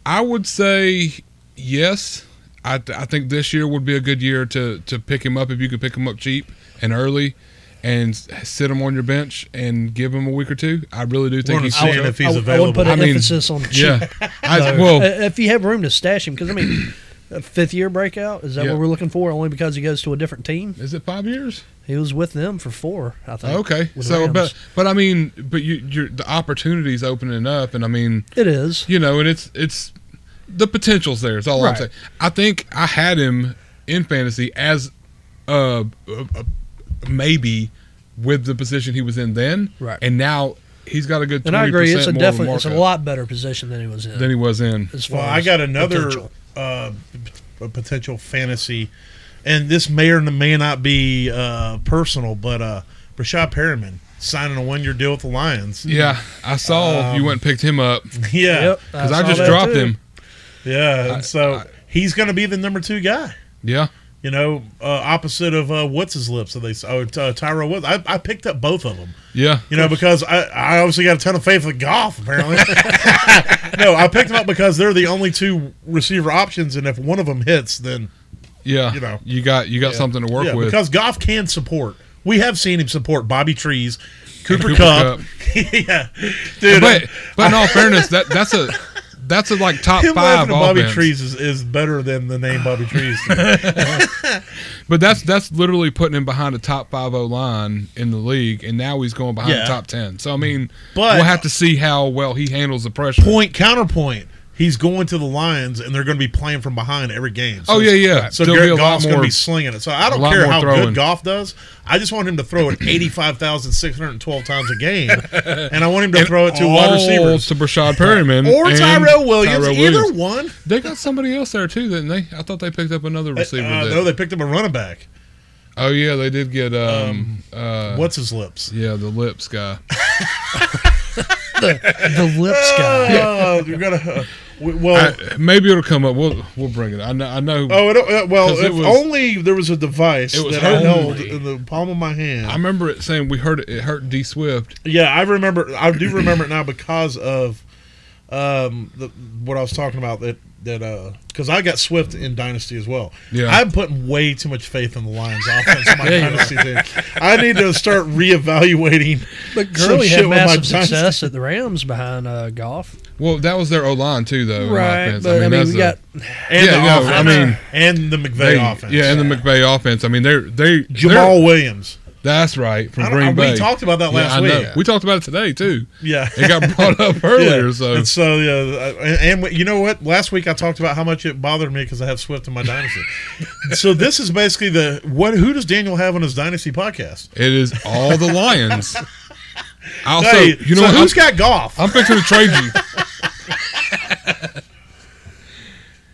I would say yes. I, th- I think this year would be a good year to to pick him up if you could pick him up cheap and early, and s- sit him on your bench and give him a week or two. I really do think
We're
he's.
not saying
I-
if he's
I, would- I
available.
would put
I
an
mean,
emphasis on cheap.
yeah. I,
So,
well,
i- if you have room to stash him, because I mean, a fifth year breakout is that
Yeah.
what we're looking for? Only because he goes to a different team.
is it five years?
He was with them for four, I think.
Oh, Okay.
with
So,
Rams.
but but I mean, but you you're, the opportunity's opening up, and I mean,
it is.
you know, and it's it's the potential's there. Is all I'm
Right.
saying. I think I had him in fantasy as uh, uh, uh, maybe with the position he was in then,
Right.
And now he's got a good. 20%
And I agree. It's a
more of
definitely it's a
markup
lot better position than he was in.
than he was in.
as far
Well, I
as
got another
potential.
uh, p- a potential fantasy, and this may or may not be uh, personal, but uh, Rashad Perriman signing a one-year deal with the Lions.
Yeah, I saw you went and picked him up because
yeah,
Yep,
I
Um, saw
just
that
dropped
too.
him.
yeah. And so
I-
he's going to be the number two guy.
Yeah,
You You know, uh, opposite of uh, what's his lips? Are they? Oh, T- uh, Tyro was. I, I picked up both of them.
Yeah.
You know, because I, I obviously got a ton of faith in golf. Apparently, no, I picked them up because they're the only two receiver options, and if one of them hits, then
yeah.
you know.
you got you got something to work
yeah,
with.
because golf can support. We have seen him support Bobby Trees, Cooper,
Cooper
Cup. yeah, dude. uh,
but but in all fairness, that that's a that's a like top
him
five
laughing at Bobby
offense.
Trees is, is better than the name Bobby Trees. to me.
But that's that's literally putting him behind a top five O line in the league, and now he's going behind
Yeah.
the top ten. So I mean,
But-
we'll have to see how well he handles the pressure.
Point counterpoint. He's going to the Lions, and they're going to be playing from behind every game. So
Oh, yeah,
it's-
yeah.
So
There'll be a
Garrett
lot
Goff's going to
more-
be slinging it. So I don't
lot
care
more
how
throwing.
good Goff does. I just want him to throw it eighty-five thousand six hundred twelve times a game, and I want him to
And
throw it to
all
wide receivers
to Brashad Perryman
or
and
Tyrell Williams,
Tyrell
either
Williams.
one.
They got somebody else there too, didn't they? I thought they picked up another receiver.
Uh,
that-
no, they picked up a running back.
oh yeah, they did get um, uh,
What's his lips?
yeah the lips guy.
The lips guy.
Oh, you're gonna. Uh, w- well,
I- maybe it'll come up. We'll we'll bring it. I know. I know.
Oh, it, uh, well,
'Cause it
if
was-
only there was a device
It was
that I held
only-
in the palm of my hand.
I remember it saying we heard it, it hurt D Swift.
yeah, I remember. I do remember it now because of um, the, what I was talking about. That that because I got Swift in Dynasty as well.
Yeah.
I'm putting way too much faith in the Lions' offense. in My Dynasty thing. I need to start reevaluating.
But
Some
Gurley
shit
had
with my
massive
dynasty.
success at the Rams behind uh, golf.
Well, that was their O line too, though. in offense.
but I mean,
that's
we
a-
got
And
Yeah,
the
no, I
offense,
mean,
and the McVay
they-
offense.
Yeah, and the McVay offense. I mean, they're they
Jamal
they're-
Williams.
That's right
I
from
don't-
Green
we
Bay.
talked about that
Yeah,
last
I
week.
know. We talked about it today too.
Yeah.
It got brought up earlier,
Yeah.
so
and so yeah, I- and, and you know what? Last week I talked about how much it bothered me because I have Swift in my dynasty. so this is basically the what? Who does Daniel have on his dynasty podcast?
it is all the Lions. Also,
hey,
you know
so
what?
who's
I'm,
got golf?
I'm fixing to trade you.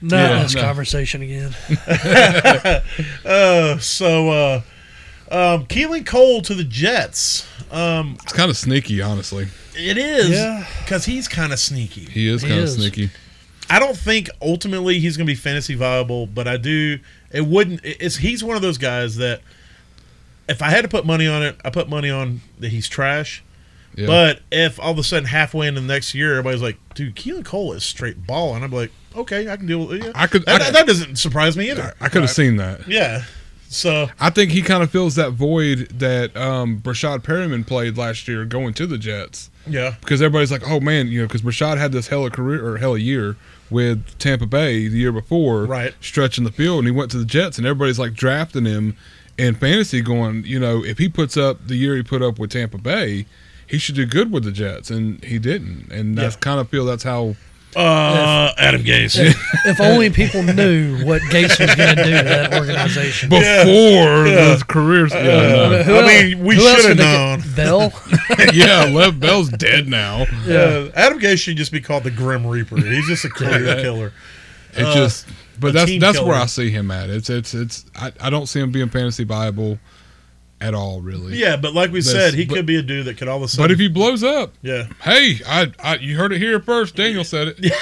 not
Yeah,
this
no.
conversation again.
Uh, so uh, um, Keelan Cole to the Jets. Um,
It's kind of sneaky, honestly.
it is
Yeah.
because he's kind of sneaky.
He is
He
kind of
is.
sneaky.
I don't think ultimately he's going to be fantasy viable, but I do. It wouldn't. It's he's one of those guys that if I had to put money on it, I put money on that he's trash.
Yeah.
But if all of a sudden halfway into the next year, everybody's like, "Dude, Keelan Cole is straight ball," and I'm like, "Okay, I can deal with it." Yeah.
I could-
That,
I-
that doesn't surprise me either.
I could have seen that.
Yeah. So
I think he kind of fills that void that um, Brashad Perryman played last year going to the Jets.
yeah,
because everybody's like, oh man, you know, because Rashad had this hella career or hella year with Tampa Bay the year before,
Right.
Stretching the field, and he went to the Jets, and everybody's like drafting him in fantasy, going, you know, if he puts up the year he put up with Tampa Bay, he should do good with the Jets, and he didn't, and that's
Yeah.
kind of feel that's how.
uh, Adam Gase.
if only people knew what Gates was going to do to that organization.
Before his career, yeah, no.
Who
I
el-
mean, we
who else
should have
would they get?
known.
Bell.
yeah, Lev Bell's dead now.
Yeah. Adam Gase should just be called the Grim Reaper. He's just a career killer.
It just,
Uh, a
but that's
team
that's where
killer.
I see him at. It's it's it's. I, I don't see him being fantasy viable at all, really.
Yeah, but like we
That's-
said, he
but-
could be a dude that could all of a sudden.
But if he blows up,
yeah,
hey, I, I you heard it here first. Daniel said it.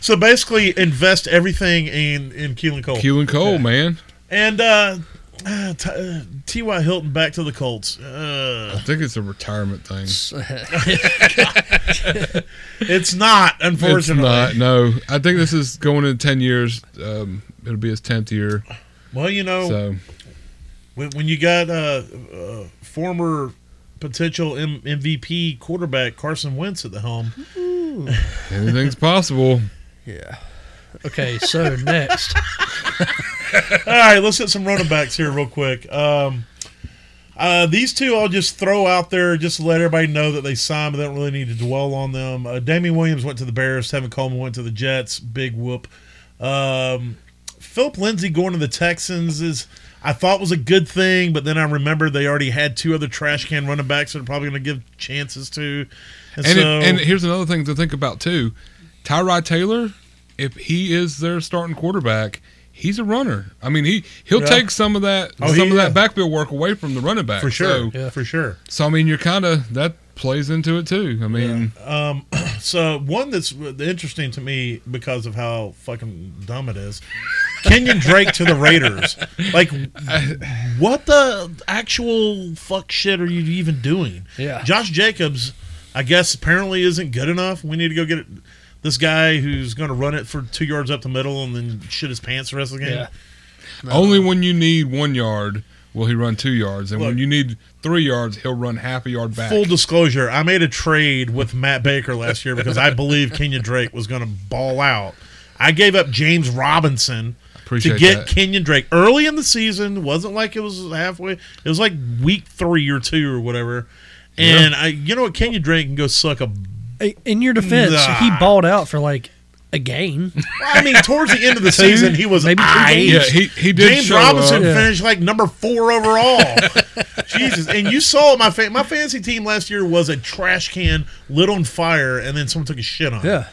so basically invest everything in in Keelan Cole.
Keelan Cole, man.
And uh, uh, T- uh, T.Y. Hilton back to the Colts. Uh,
I think it's a retirement thing.
it's not,
It's
unfortunately.
not. No, I think this is going in ten years. Um, it'll be his tenth year.
Well, you know,
So
when, when you got uh, uh, former potential M- MVP quarterback Carson Wentz at the helm,
anything's possible.
yeah. Okay, so next.
All right, let's hit some running backs here real quick. Um, uh, these two I'll just throw out there just to let everybody know that they signed, but they don't really need to dwell on them. Uh, Damian Williams went to the Bears. Tevin Coleman went to the Jets. Big whoop. Um, Philip Lindsay going to the Texans is I thought was a good thing, but then I remembered they already had two other trash can running backs they're probably going to give chances to. And,
And
so,
it, and here's another thing to think about too. Tyrod Taylor, if he is their starting quarterback, he's a runner. I mean, he he'll
Yeah.
take some of that
Oh,
some
he-
of
yeah.
that backfield work away from the running back
for sure,
So,
for sure.
so I mean, you're kind of that plays into it too. I mean,
Um, so one that's interesting to me because of how fucking dumb it is. Kenyon Drake to the Raiders. Like, what the actual fuck shit are you even doing?
Yeah.
Josh Jacobs, I guess apparently isn't good enough. We need to go get it. This guy who's going to run it for two yards up the middle and then shit his pants the rest of the game.
Yeah.
only when you need one yard will he run two yards, and when
Look.
you need three yards, he'll run half a yard back.
Full disclosure, I made a trade with Matt Baker last year because I believed Kenyon Drake was going to ball out. I gave up James Robinson
Appreciate
to get
that.
Kenyon Drake early in the season. Wasn't like it was halfway. It was like week three or two or whatever. And I, you know what, Kenyon Drake can go suck a.
I- In your defense,
Nah.
he balled out for like a game.
I mean, towards the end of the season, he was
Maybe three
aight.
games.
yeah, he he did
James
show
Robinson
up.
Yeah.
finished like number four overall. Jesus, and you saw my fa- my fantasy team last year was a trash can lit on fire, and then someone took a shit on. it.
yeah.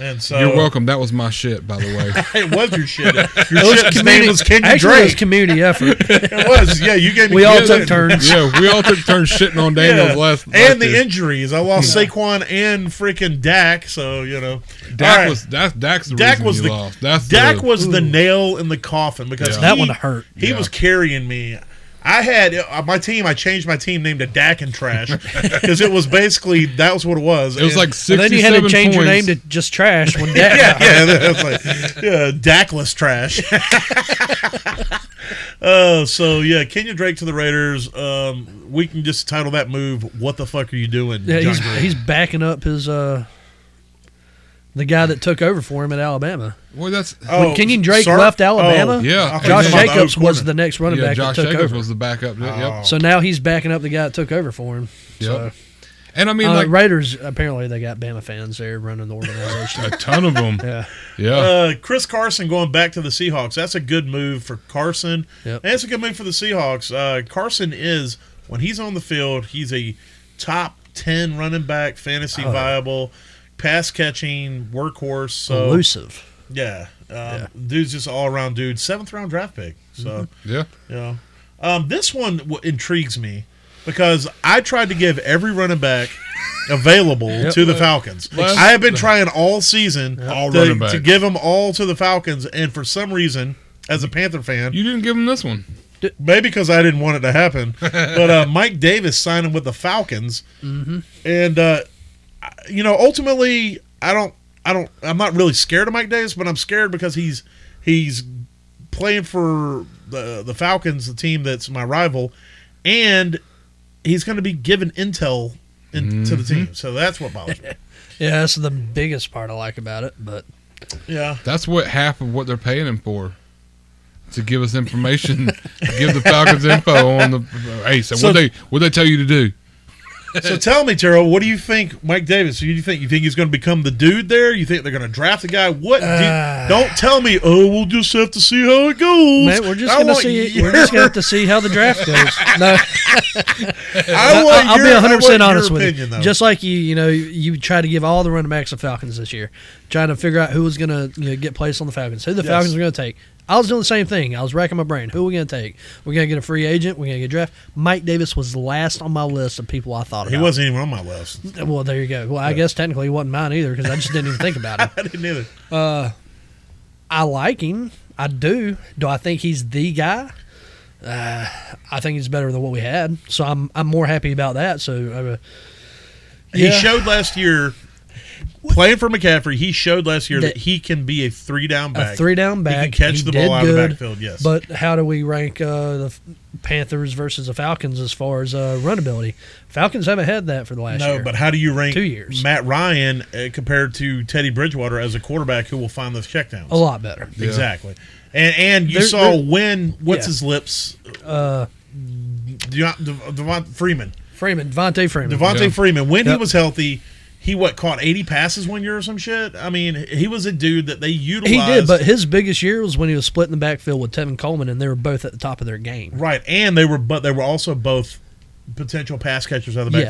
and so
You're welcome. That was my shit, by the way.
It was your shit. Your
It was
shit's name was Kenyon
actually, it was
Drake.
community effort.
It was, yeah. You gave me.
We all
good-
took turns.
yeah, we all took turns shitting on
Yeah.
Daniels last. last
and the
year.
injuries. I lost Saquon and freaking Dak. So you know,
Dak
All right.
was that's Dak's the
Dak
reason
was
you
the
lost. That's
Dak
the,
was the nail in the coffin because
Yeah.
That
he-
one hurt.
He
Yeah.
was carrying me. I had uh, my team. I changed my team name to Dak and Trash because it was basically that was what it was.
It was like
And
sixty-seven
then you had to change
points.
your name to just trash when that
yeah, yeah, that's like yeah, Dakless trash. uh, so yeah, Kenya Drake to the Raiders. Um, we can just title that move. What the fuck are you doing?
Yeah,
John
he's,
Gruden?"
he's backing up his uh the guy that took over for him at Alabama.
Well, that's
Oh,
when Kenyon Drake
Sar-
left Alabama,
oh,
yeah.
Okay,
Josh
so my
Jacobs
own
was
corner.
the next running
yeah.
back
Josh
that took
Jacobs
over.
was the backup. Yep.
Oh.
so now he's backing up the guy that took over for him.
Yep.
So,
And I mean,
uh,
like
Raiders apparently they got Bama fans there running the organization.
a ton of them.
yeah,
Yeah.
Uh, Chris Carson going back to the Seahawks. That's a good move for Carson.
Yep.
And it's a good move for the Seahawks. Uh, Carson is, when he's on the field, he's a top 10 running back, fantasy viable, pass catching, workhorse. So,
elusive.
Yeah. Um, Dude's just all around dude. Seventh round draft pick. So,
yeah.
you know. Um, this one w- intrigues me because I tried to give every running back available to the Falcons.
Last-
I have been trying all season
All running
to,
backs.
to give them all to the Falcons, and for some reason, as a Panther fan,
You didn't give him this one.
maybe because I didn't want it to happen. but uh, Mike Davis signing with the Falcons, and uh, I- you know, ultimately, I don't, I don't, I'm not really scared of Mike Davis, but I'm scared because he's he's playing for the the Falcons, the team that's my rival, and he's going to be given intel in, to the team. So that's what bothers me.
Yeah, that's the biggest part I like about it. But
Yeah.
That's what half of what they're paying him for. To give us information, give the Falcons info on the. Hey, so,
So-
what they what they tell you to do?
So tell me, Terrell, what do you think, Mike Davis? Who do you think you think he's going to become the dude there? You think they're going to draft the guy? What? do-
Ah.
don't tell me. Oh, we'll just have to see how it goes.
man, we're just
I
gonna
want
see.
your-
We're just gonna have to see how the draft goes. No,
I
I-
want
I'll
your,
be 100 percent
I want
honest
your
with
opinion,
you.
Though.
Just like you, you know, you, you try to give all the running backs to Falcons this year, trying to figure out who was going to you know, get placed on the Falcons, who the
Yes.
Falcons were going to take. I was doing the same thing. I was racking my brain. Who are we going to take? We're going to get a free agent. We're going to get draft. Mike Davis was last on my list of people I thought about.
he wasn't even on my list.
Well, there you go. Well, I guess technically he wasn't mine either because I just didn't even think about it.
I didn't either.
I like him. I do. Do I think he's the guy? Uh, I think he's better than what we had. So I'm I'm more happy about that. So uh,
He
yeah.
showed last year playing for McCaffrey. He showed last year that,
That-
he can be a three down back.
a three down back.
He can catch
He
the
did
ball out of
good,
the backfield. Yes,
But how do we rank uh, the F- Panthers versus the Falcons as far as uh, run ability? Falcons haven't had that for the last
no.
year.
But how do you rank
Two years.
Matt Ryan uh, compared to Teddy Bridgewater as a quarterback who will find those checkdowns?
a lot better.
Exactly. And and you
There-
saw
there-
when what's
yeah.
his lips?
Uh,
Deon- De- Devon Freeman,
Freeman, Devontae Freeman.
Devontae
Yeah.
Freeman. When he
Yep.
was healthy, he what caught eighty passes one year or some shit. I mean, he was a dude that they utilized.
he did, but his biggest year was when he was splitting the backfield with Tevin Coleman, and they were both at the top of their game.
right, and they were but they were also both potential pass catchers out of the
Yes.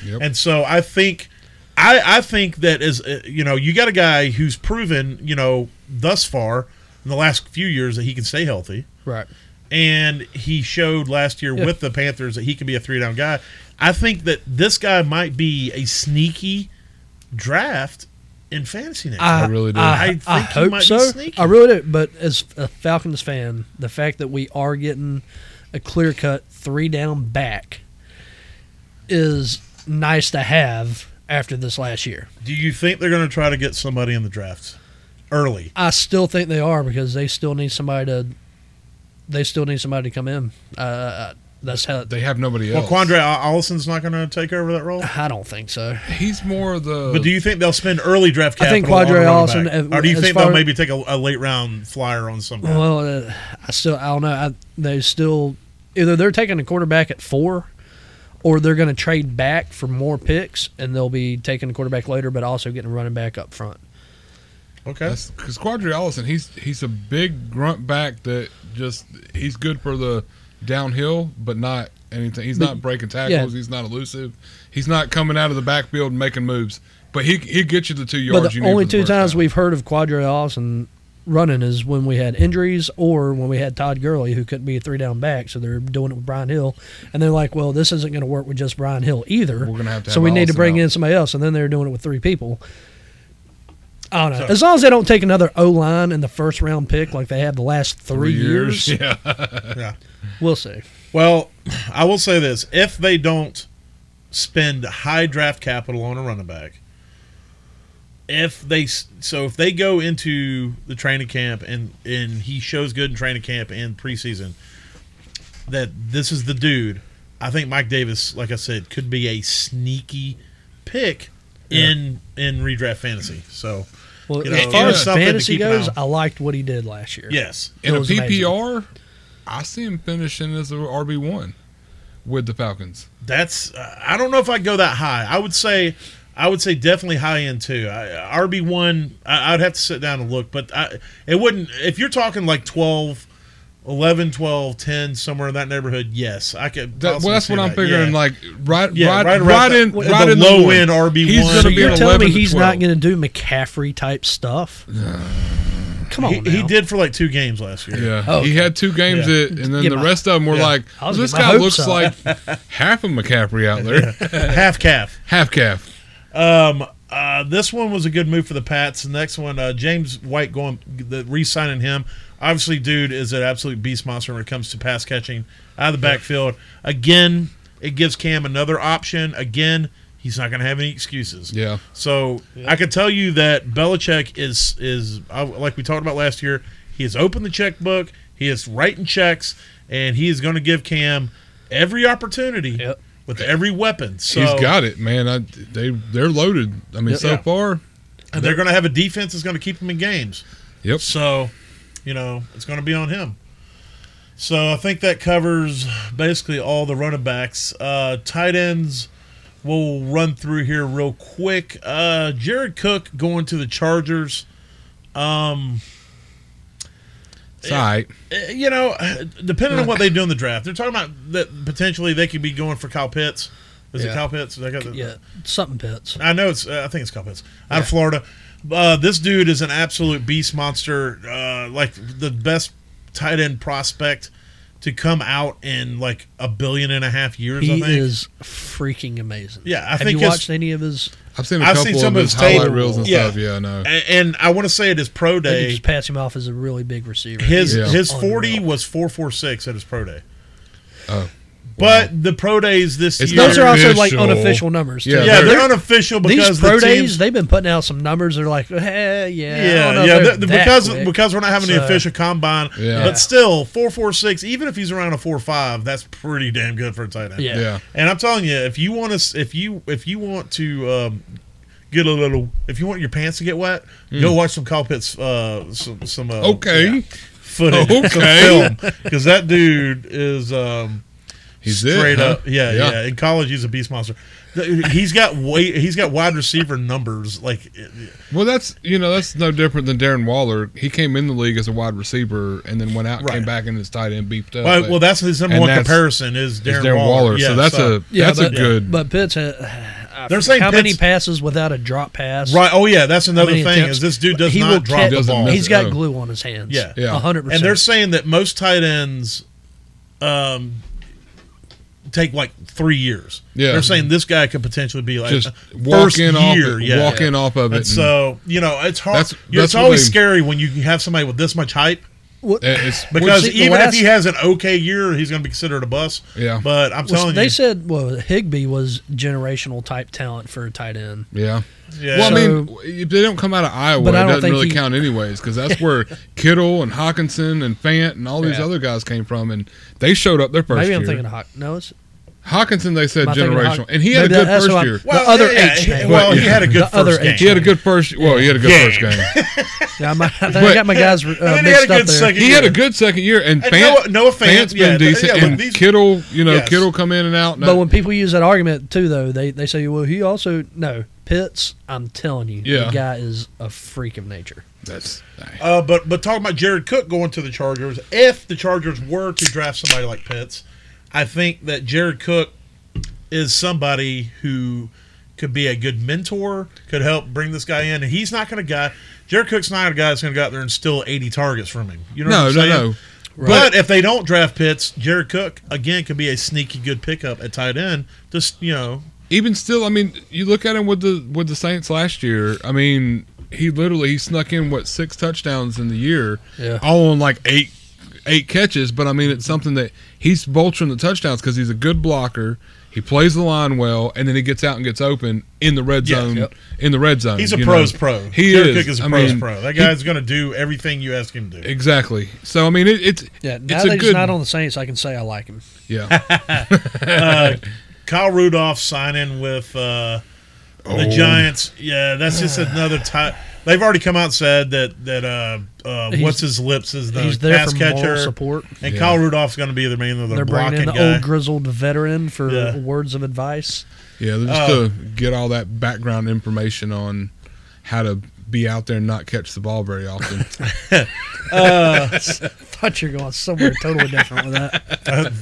backfield.
Yep.
And so I think. I, I think that is uh, you know you got a guy who's proven you know thus far in the last few years that he can stay healthy.
Right.
and he showed last year
Yeah.
with the Panthers that he can be a three down guy. I think that this guy might be a sneaky draft in fantasy next.
I
year.
really do.
I think
I
he
hope
might be
so.
sneaky.
I really do. But as a Falcons fan, the fact that we are getting a clear cut three down back is nice to have after this last year.
Do you think they're going to try to get somebody in the draft early?
I still think they are because they still need somebody to. They still need somebody to come in. Uh, that's how.
They have nobody
Well,
else.
Quandre Allison's not going to take over that role.
I don't think so.
He's more the.
But do you think they'll spend early draft
I
capital?
think
on a
Quandre
running
Allison,
back?
uh,
or do you
as
think
far-
they'll maybe take a, a late round flyer on some guy?
Well, uh, I still I don't know. I, they still either they're taking a quarterback at four, or they're going to trade back for more picks, and they'll be taking a quarterback later, but also getting a running back up front.
okay,
Because Quadri Allison, he's he's a big grunt back that just he's good for the downhill, but not anything. He's
But-
not breaking tackles.
yeah.
He's not elusive. He's not coming out of the backfield and making moves. But he he gets you the two yards.
But
you
the
need
only
for the
two
first
times
down.
we've heard of Quadre Allison running is when we had injuries or when we had Todd Gurley, who couldn't be a three down back, so they're doing it with Brian Hill, and they're like, well, this isn't going to work with just Brian Hill either.
We're gonna have to
so
have
we need to
Allison
bring
out.
in somebody else, and then they're doing it with three people. I don't know. as long as they don't take another O line in the first round pick like they have the last three, years,
Yeah,
yeah.
we'll see.
Well, I will say this: if they don't spend high draft capital on a running back, if they s- so if they go into the training camp and and he shows good in training camp and preseason, that this is the dude. I think Mike Davis, like I said, could be a sneaky pick in in redraft fantasy. So
Well,
You know,
as far
it's
as
something to
fantasy
keep an eye
goes,
on.
I liked what he did last year.
yes,
in a
It was amazing.
PPR, I see him finishing as a RB one with the Falcons.
That's uh, I don't know if I'd go that high. I would say I would say definitely high end too. I, RB one, I, I'd have to sit down and look, but I, it wouldn't. If you're talking like 12, 11, 12, 10, somewhere in that neighborhood, yes, I could.
That,
possibly
well, that's
see
what I'm
that,
figuring.
yeah.
Like right,
Yeah,
right,
right
right,
around the-
in,
the
right in
low
one.
end RB1.
He's
So
gonna be
You're
an
telling
11
me
to
he's not
12.
going to do McCaffrey type stuff? Come on,
he, he
now.
did for like two games last year.
Yeah,
Oh,
he
okay.
had two games
Yeah.
that, and then
Get
the
my-
rest of them were
Yeah.
like,
I was
this
getting my
guy
hopes
looks
up.
like half of McCaffrey out there,
half calf.
half calf.
Um, uh, this one was a good move for the Pats. The next one, uh, James White going the re-signing him. Obviously, dude is an absolute beast monster when it comes to pass catching out of the backfield. Again, it gives Cam another option. Again, he's not going to have any excuses.
Yeah,
So I can tell you that Belichick is is I- like we talked about last year. He has opened the checkbook. He is writing checks, and he is going to give Cam every opportunity
Yep.
with every weapon. So
he's got it, man. I, they they're loaded. I mean,
Yeah.
so far,
and they're going to have a defense that's going to keep them in games.
yep.
So, you know, it's going to be on him. So I think that covers basically all the running backs. Uh, tight ends, we'll run through here real quick. Uh, Jared Cook going to the Chargers. Um,
It's all right.
eh, you know, depending on what they do in the draft, they're talking about that potentially they could be going for Kyle Pitts. Is it
Yeah.
Kyle Pitts? Is that guy that-
yeah, something pits.
I know it's. Uh, I think it's Cuppets out of Florida. Uh, this dude is an absolute beast monster. Uh, like the best tight end prospect to come out in like a billion and a half years. I
He
think.
is freaking amazing.
Yeah, I
have
think
you
his-
watched any of his?
I've seen a
I've
couple
seen some of
of his
his tape.
highlight reels and
Yeah.
stuff. Yeah, I know.
A- and I want to say at his pro
They could
day,
just pass him off as a really big receiver.
his
He is
his
unreal.
forty was four four six at his pro day.
Oh,
But the pro days this
It's
year,
Those are also like
Official.
unofficial numbers. Too.
yeah,
Yeah, they're-
they're unofficial because
These pro
the teams,
days, they've been putting out some numbers. They're like, eh, yeah, I don't
Yeah,
know
yeah,
if they're
th- th-
that
because
quick.
because we're not having the
So-
official combine.
Yeah.
Yeah.
But still, four four six. Even if he's around a four five, that's pretty damn good for a tight end.
Yeah.
yeah.
And I'm telling you, if you want to, if you if you want to um, get a little, if you want your pants to get wet,
Hmm.
go watch some Kyle Pitts, uh, some some uh,
Okay,
yeah, footage,
Okay.
some film, because that dude is. Um,
he's it,
straight
huh?
up. Yeah, yeah, In college, he's a beast monster. Th- He's got weight. He's got wide receiver numbers. Like,
Well, that's you know that's no different than Darren Waller. He came in the league as a wide receiver and then went out,
Right.
came back in his tight end, beefed up.
well,
Like,
well, that's his number
And
one
that's-
comparison is
it's
Darren, Waller. Yeah,
so that's a that's
but,
a good.
But Pitts, had,
They're saying
how many
Pitts-
passes without a drop pass?
right. Oh yeah, that's another
many
thing
attempts?
is this dude does
He will
not drop
catch-
the
Doesn't
ball.
miss
He's got
Oh.
glue on his hands.
Yeah.
Yeah.
hundred percent.
And they're saying that most tight ends, um, take like three years.
Yeah.
they're saying this guy could potentially be like
Just
uh, first
walking off,
year,
it,
yeah. uh,
walking off of it.
And so you know it's hard.
That's-
you-
that's
it's
what
always
they-
scary when you have somebody with this much hype
What,
and it's
because
see, the
even
last-
if he has an okay year, he's going to be considered a bust.
Yeah.
but I'm
was-
telling
they
you,
said well Higby was generational type talent for a tight end.
yeah.
yeah,
Well, I
So-
mean, if they don't come out of Iowa,
But I
it
don't
doesn't
think
really
he-
count anyways, because that's where Kittle and Hawkinson and Fant and all these
Yeah.
other guys came from, and they showed up their first
Maybe
year.
I'm thinking of Hawk. No, it's
Hawkinson, they said
am I thinking of
generational,
Hawk-
and he had
Maybe
a good
that's
first
who I-
year.
Well, the other
yeah,
H
yeah,
name.
Well,
Yeah.
he had a good
The
first
other
game.
H
He had a good first. Well, he had a good first game.
yeah, I, might, I think
But-
I got my guys uh,
then he had a
mixed
good
up there.
second-
He had a good second year, and,
And
Fant,
Noah- Noah Fant,
Fant's been
yeah, th-
decent.
yeah, look,
and
these-
Kittle, you know,
Yes.
Kittle come in and out. And
But when people use that argument too, though, they they say, well, he also no Pitts. I'm telling you,
Yeah.
the guy is a freak of nature.
that's
Uh, but but talking about Jared Cook going to the Chargers, if the Chargers were to draft somebody like Pitts, I think that Jared Cook is somebody who could be a good mentor, could help bring this guy in, and he's not going to guy. Jared Cook's not a guy that's going to go out there and steal eighty targets from him. You know
no,
what I'm
no,
saying?
no.
But if they don't draft Pitts, Jared Cook again could be a sneaky good pickup at tight end. Just you know,
even still, I mean, you look at him with the with the Saints last year. I mean, he literally he snuck in what six touchdowns in the year,
Yeah.
all on like eight eight catches. But I mean, it's something that he's vulturing the touchdowns because he's a good blocker. He plays the line well, and then he gets out and gets open in the red
Yes.
zone.
Yep.
In the red zone,
he's a
you
pros
know.
pro.
He
Jared
is.
Cook is a
I
pros
mean,
pro. That
he-
guy's going to do everything you ask him to. do.
exactly. So I mean, it, it's
Yeah, now
it's
that
a
he's
good
not on the Saints, I can say I like him.
yeah.
uh, Kyle Rudolph signing with uh, the
Oh.
Giants. Yeah, that's just another type. They've already come out and said that that uh, uh,
He's-
what's his lips is the
He's there
pass
for moral
catcher,
support.
and
Yeah.
Kyle Rudolph's going to be the main of
They're
their blocking
bringing in the
guy.
old grizzled veteran for
Yeah.
words of advice.
Yeah, they're just
Oh.
to get all that background information on how to be out there and not catch the ball very often.
Thought you were going somewhere totally different with that.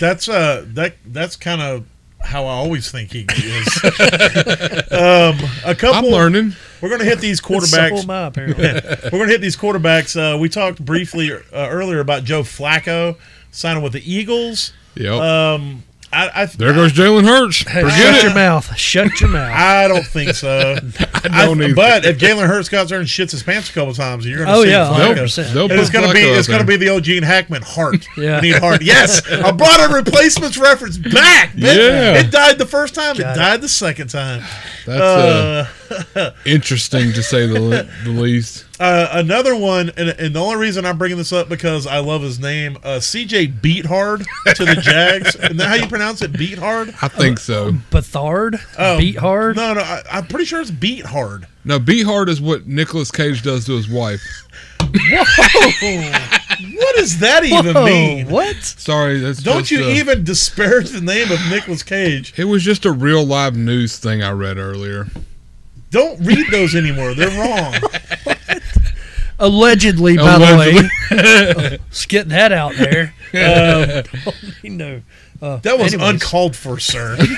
that's uh that that's kind of how I always think he is. um, a
I'm
couple.
learning.
We're going to hit these
So
quarterbacks.
am I, apparently.
We're going to hit these quarterbacks. Uh, we talked briefly uh, earlier about Joe Flacco signing with the Eagles.
Yep.
Um, I, I
there goes Jalen Hurts.
Uh, Hey,
Forget
shut
it.
your mouth. Shut your mouth.
I don't think so. I
don't either.
But if Jalen Hurts goes there and shits his pants a couple times, you're gonna
Oh,
see
yeah,
Flacco.
100%.
They'll
And it's
put
gonna be
Flacco
it's
out
gonna
there.
be the old Gene Hackman heart.
Yeah.
We need heart. Yes, I brought a replacements reference back. bitch.
Yeah.
it died the first time. it
Got it.
died the second time.
That's uh,
Uh,
interesting to say the, le- the least.
uh, another one, and, and the only reason I'm bringing this up because I love his name, uh, CJ Beathard to the Jags. Isn't that how you pronounce it? Beathard.
I think so.
Um, Bethard,
Oh,
beat hard.
No, no, I, I'm pretty sure it's Beathard.
Now, be hard is what Nicolas Cage does to his wife.
What does that even
Whoa,
mean?
Oh, what?
Sorry, that's
Don't
just,
you
uh,
even disparage the name of Nicolas Cage.
It was just a real live news thing I read earlier.
Don't read those anymore. They're wrong.
Allegedly, by
Allegedly.
the way. Just getting that out there. Um, no. Uh,
That was
anyways,
uncalled for, sir.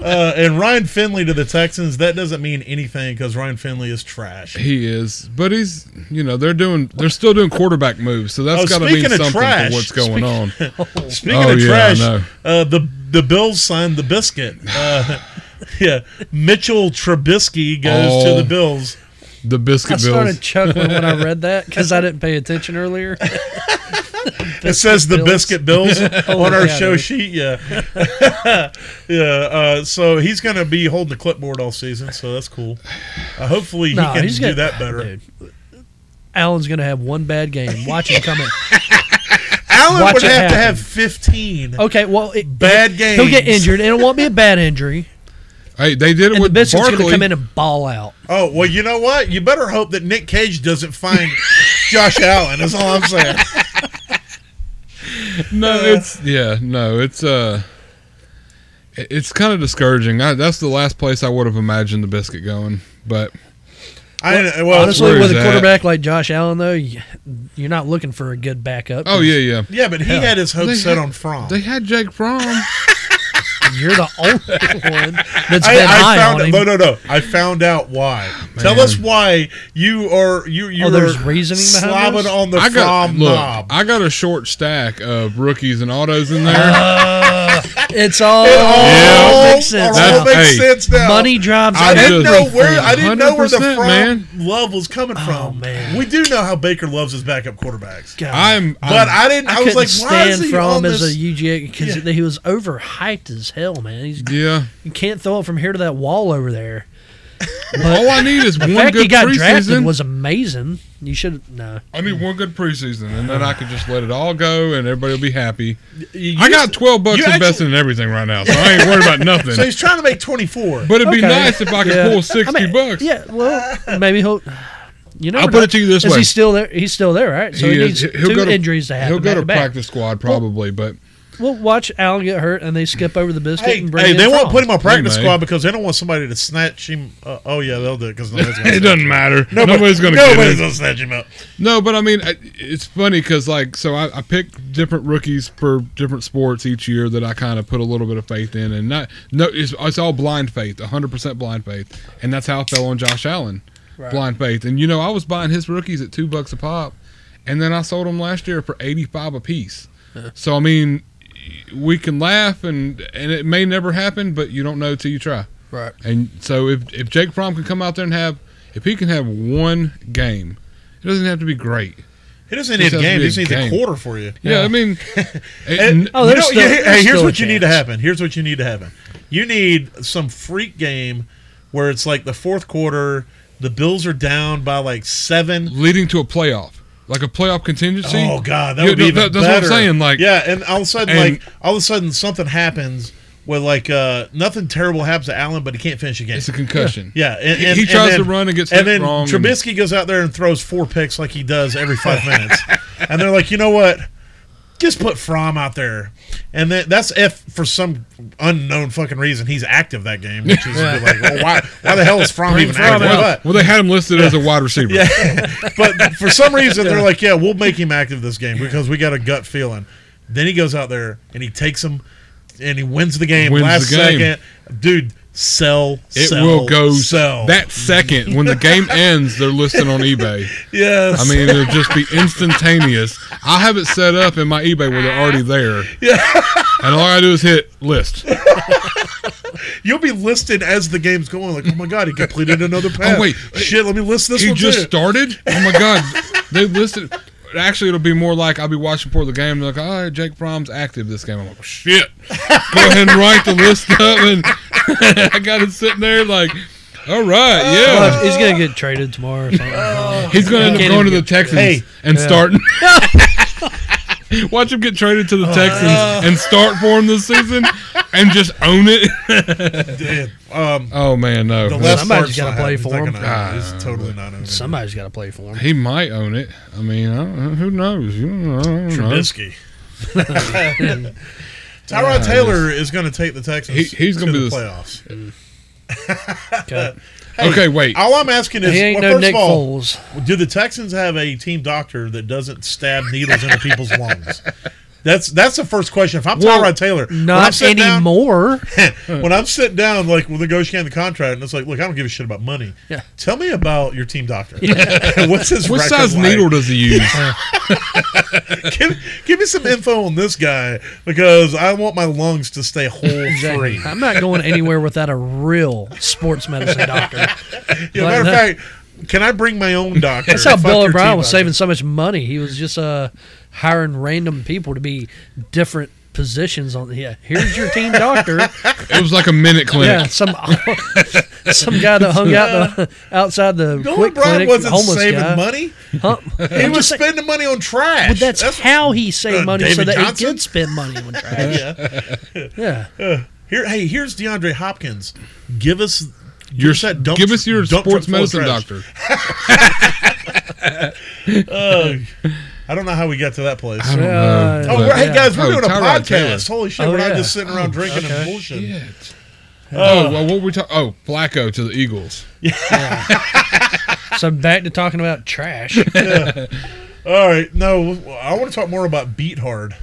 Uh, and Ryan Finley to the Texans, that doesn't mean anything because Ryan Finley is trash.
He is, but he's you know they're doing they're still doing quarterback moves, so that's
Oh,
got to mean
speaking of
something
trash,
for what's going on.
Speaking
Oh,
of
yeah, I
trash,
know.
uh, the the Bills signed the biscuit. Uh, yeah, Mitchell Trubisky goes
Oh.
to the Bills.
The
I
biscuit
started
bills.
chuckling when I read that because I didn't pay attention earlier.
It says the
Bills. Oh,
biscuit bills on
yeah,
our show
dude.
sheet. Yeah, yeah. Uh, so he's going to be holding the clipboard all season, so that's cool. Uh, hopefully he
Nah,
can
he's
do
gonna-
that better.
Dude, Allen's gonna have one bad game. Watch him coming.
Allen
Watch
would
it
have to
happen.
have 15
Okay, well, it,
bad games.
he'll get injured, and it won't be a bad injury.
Hey, they did it
And the
with
biscuit's
Barkley.
gonna come in and ball out.
Oh well, you know what? You better hope that Nick Cage doesn't find Josh Allen. That's all I'm saying.
no, it's yeah, no, it's uh, it- it's kind of discouraging. I, that's the last place I would have imagined the biscuit going, but
I well,
Honestly,
where
with
he's
a
at.
quarterback like Josh Allen, though, you- you're not looking for a good backup.
oh yeah, yeah,
yeah, but he had his hopes
They
set
had-
on Fromm.
they had Jake Fromm.
You're the only one that's
I,
been
I
high
found
on him.
no, no, no. I found out why. Tell us why you are you you
Oh, there's
are
reasoning behind
slobbing
this?
on the
I got
Fromm
look.
knob.
I got a short stack of rookies and autos in there.
It's all,
It all
Oh, makes sense.
It all
now.
Oh, makes
Hey,
sense now.
Money drives
I
I didn't
just-
know where I didn't know where the
100%,
Fromm
man.
love was coming from.
Oh, man.
We do know how Baker loves his backup quarterbacks,
God.
I'm, I'm
but I didn't.
I
I,
couldn't
was like, why
stand
is he on
from as
this?
a UGA because
Yeah.
he was overhyped as hell, man. He's,
yeah.
you can't throw it from here to that wall over there.
All I need is
The
one
fact he
good
got drafted
preseason.
was amazing. You should no.
I need one good preseason, and then I could just let it all go, and everybody will be happy.
You
I got twelve bucks
you
invested in everything right now, so I ain't worried about
So
nothing.
he's trying to make twenty four.
But it'd be
Okay.
nice if I could
Yeah.
pull sixty
I mean,
bucks.
Yeah, well, maybe he'll. You know,
I'll put it to you this
is
way.
he still there? He's still there, right? So he,
is-
needs two injuries to happen.
He'll go to
back-to-back.
practice squad probably, but
We'll watch Al get hurt, and they skip over the biscuit
Hey,
and bring
hey,
in
they won't
Fromm.
put him on practice
may.
squad because they don't want somebody to snatch him. Uh, oh yeah, they'll do it because
it doesn't matter. nobody's going to get
Nobody's
it.
gonna snatch him up.
No, but I mean, I- it's funny because like, so I, I pick different rookies for different sports each year that I kind of put a little bit of faith in, and not no, it's, it's all blind faith, hundred percent blind faith, and that's how I fell on Josh Allen,
Right.
blind faith, and you know I was buying his rookies at two bucks a pop, and then I sold them last year for eighty five a piece. So I mean, we can laugh and and it may never happen, but you don't know till you try.
Right.
And so if if Jake Fromm can come out there and have if he can have one game, it doesn't have to be great.
He doesn't need a
Just has to
game.
be
He just
a
needs
game.
a quarter for you.
Yeah, I mean,
And,
it-
Oh,
you
there's
know,
still-
yeah, hey,
there's
here's
still a
what you need to
chance.
happen. Here's what you need to happen. You need some freak game where it's like the fourth quarter, the Bills are down by like seven.
leading to a playoff, like a playoff contingency.
Oh God, that
Yeah,
would be
no,
even
that- That's
better.
what I'm saying. Like,
yeah, and all of a sudden,
And-
like all of a sudden, something happens where like uh, nothing terrible happens to Allen, but he can't finish a game.
it's a concussion.
Yeah, and,
He-
and-
he
and
tries to
then-
run and gets
and
hit
then
wrong and-
Trubisky goes out there and throws four picks like he does every five minutes, and they're like, you know what? Just put Fromm out there, and then that's if for some unknown fucking reason he's active that game, which is like, well, why? Why the hell is Fromm even
Fromm
active?
out.
But
Well, they had him listed as a wide receiver.
but for some reason they're like, yeah, we'll make him active this game because we got a gut feeling. Then he goes out there and he takes him and he wins the game
Wins the
last
game.
second, dude. Sell,
It
sell,
will go
sell.
that second when the game ends. They're listed on eBay.
yes,
I mean, it'll just be instantaneous. I have it set up in my eBay where they're already there. Yeah. And all I do is hit list.
You'll be listed as the game's going. Like, oh my god, he completed another pass.
Oh, wait.
shit, let me list this
He
one
just
too.
started. Oh my god, they listed. Actually, it'll be more like I'll be watching for the game. They're like, all right, Jake Fromm's active this game. I'm like, shit. Go ahead and write the list up, and I got it sitting there like, all right, yeah.
Oh.
Oh.
Well, he's gonna get traded tomorrow. Or something.
He's going to end up
Can't
going to the
even
Texans
Hey.
and starting. Watch him get traded to the
Oh.
Texans and start for him this season and just own it.
um,
Oh man, no.
the left
Somebody's
part's
gotta
not
play
happening.
for
It's not
him.
gonna
Ah.
happen. It's totally not over.
Somebody's got to play for him.
He might own it. I mean, I don't, who knows? You don't know. I don't know.
Trubisky. Tyrod Taylor is going to take the Texans.
He- he's gonna
to
be
the
the-
playoffs.
Okay.
Hey,
okay, wait.
All I'm asking
He
is,
ain't
well,
no
first
Nick
of all,
Foles.
do the Texans have a team doctor that doesn't stab needles into people's lungs? That's that's the first question. If I'm
Well,
Tyrod Taylor, when I'm
Not
sitting down-
anymore. Mm.
when I'm sitting down, like we're negotiating the contract, and it's like, look, I don't give a shit about money.
Yeah.
Tell me about your team doctor. What's his
What
record
size
like?
needle does he use?
Give, give me some info on this guy because I want my lungs to stay whole free.
I'm not going anywhere without a real sports medicine doctor.
Yeah,
Like
matter of
that.
fact, can I bring my own doctor?
That's how
Fuck
Bill
your
O'Brien
team
was
doctor.
saving so much money. He was just uh, hiring random people to be different positions on. Yeah, here's your team doctor.
It was like a minute
yeah,
clinic.
some some guy that hung out the, outside the
Bill
quick
O'Brien
clinic,
wasn't
homeless
saving
guy.
money.
Huh?
He
I'm
was
just saying-
spending money on trash.
But that's, how he saved
uh,
money, so
David
that
Johnson?
he could spend money on trash.
yeah.
yeah,
Here, hey, here's DeAndre Hopkins. Give us
Your,
give us that dump
give us your
dump truck
sports
full of
medicine
trash.
doctor.
Uh, I don't know how we got to that place.
I don't
Uh,
know.
Oh,
but-
we're, hey
yeah.
guys, we're
Oh,
doing a
Tyrod
podcast.
Taylor.
Holy shit,
Oh,
we're not
yeah.
just sitting around drinking and bullshit.
Shit. Oh, well, what were we talking? Oh, Flacco to the Eagles.
So back to talking about trash.
All right, no, I want to talk more about Beat Hard.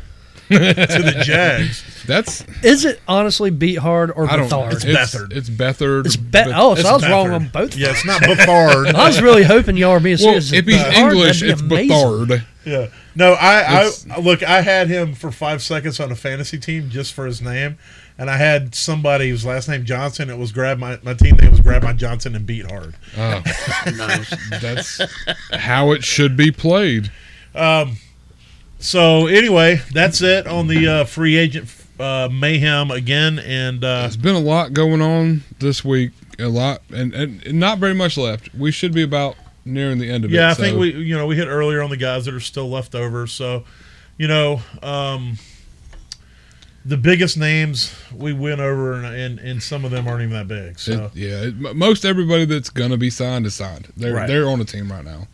to the Jags.
That's
Is it honestly beat hard or
I don't.
Bethard?
It's
It's,
Bethard.
It's Bethard.
bet.
Beth-
Oh, so I was
It's
wrong
Baffert.
on both.
Yeah, it's not Buffard.
I was really hoping y'all were being
Well,
serious.
if he's
Bethard, that'd
English,
be
it's
amazing.
Bethard.
Yeah. No, I,
It's-
I look. I had him for five seconds on a fantasy team just for his name, and I had somebody whose last name Johnson. It was grab my my team name was grab my Johnson and beat hard.
Oh, that's how it should be played.
So anyway, that's it on the uh, free agent uh, mayhem again, and uh,
There's been a lot going on this week. A lot, and, and not very much left. We should be about nearing the end of it.
yeah, I
so-
think we you know we hit earlier on the guys that are still left over. So, you know, um, the biggest names we went over, and, and and some of them aren't even that big. So.
It, yeah, it, m- most everybody that's gonna be signed is signed. They're
Right.
they're on a team right now.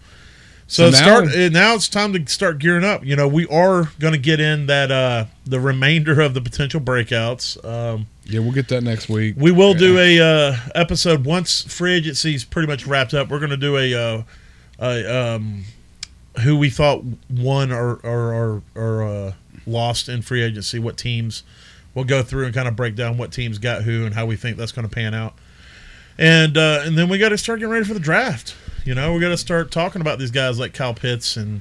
So,
So now-
start uh, now. It's time to start gearing up. You know, we are going to get in that uh, the remainder of the potential breakouts. Um,
Yeah, we'll get that next week.
we will do
Yeah.
a uh, episode once free agency's pretty much wrapped up. We're going to do a, uh, a um, who we thought won or or or, or uh, lost in free agency. What teams? We'll go through and kind of break down what teams got who and how we think that's going to pan out. And uh, and then we got to start getting ready for the draft. You know, we got to start talking about these guys like Kyle Pitts and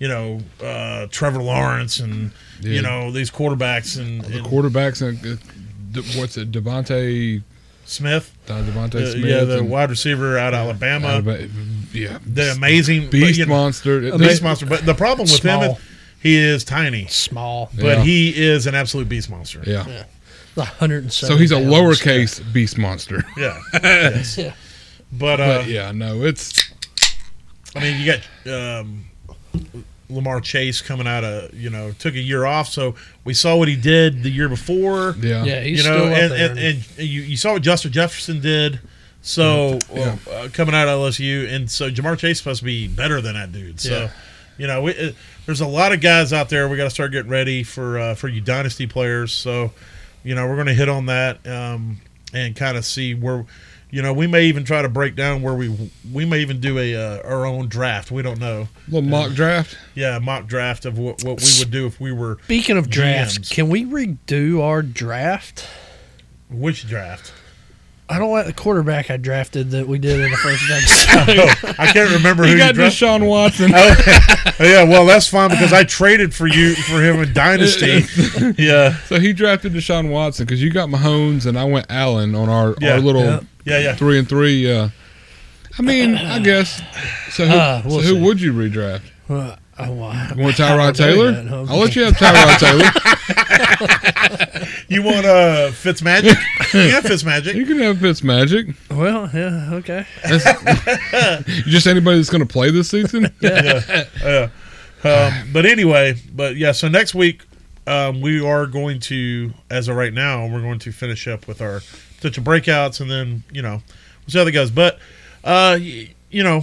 you know uh, Trevor Lawrence and
Yeah.
you know these quarterbacks and,
the
and
quarterbacks and uh, De- what's it, Devontae,
Smith.
Don Devontae
Uh,
Smith.
yeah, the
and-
wide receiver out of Alabama,
Alabama- yeah,
the amazing but,
beast
you know,
monster. They-
beast monster. But the problem with him, is
Small.
he is tiny,
Small.
but
Yeah.
he is an absolute beast monster.
Yeah.
The 107.
So he's a
pounds.
lowercase beast monster.
Yeah.
Yeah.
but uh,
But yeah, no, it's
I mean, you got um, Lamar Chase coming out of you know took a year off, so we saw what he did the year before.
yeah.
Yeah,
you
he's
know,
still up
and,
there.
and, and you, you saw what Justin Jefferson did. So
Yeah.
well, uh, coming out of LSU, and so Jamar Chase is supposed to be better than that dude. So
Yeah.
you know, we, uh, there's a lot of guys out there. We got to start getting ready for uh, for you dynasty players. So you know, we're going to hit on that um, and kind of see where. You know, we may even try to break down where we we may even do a uh, our own draft. We don't know.
little mock draft.
Yeah, mock draft of what, what we would do if we were
Speaking of drafts,
GMs.
can we redo our draft?
which draft.
I don't like the quarterback I drafted that we did in the first episode.
Oh, I can't remember who
You
you
got
drafted.
Deshaun Watson.
Oh, yeah, well that's fine because I traded for you for him in Dynasty. yeah,
so he drafted Deshaun Watson because you got Mahomes and I went Allen on our
Yeah.
our little
Yeah.
yeah, yeah.
three and three. Uh, I mean, I guess. So who,
Uh, we'll
so who
see.
would you redraft?
Uh, oh, wow.
You want
I
Tyrod
don't know
Taylor?
yet, huh?
I'll let you have Tyrod Taylor.
You want uh Fitzmagic? yeah,
You
Fitzmagic.
can have Fitz Magic.
Well, yeah, okay.
Just anybody that's going to play this season.
Um, but anyway, but yeah. So next week um, we are going to, as of right now, we're going to finish up with our potential breakouts, and then you know we'll see how that goes. But uh, y- you know,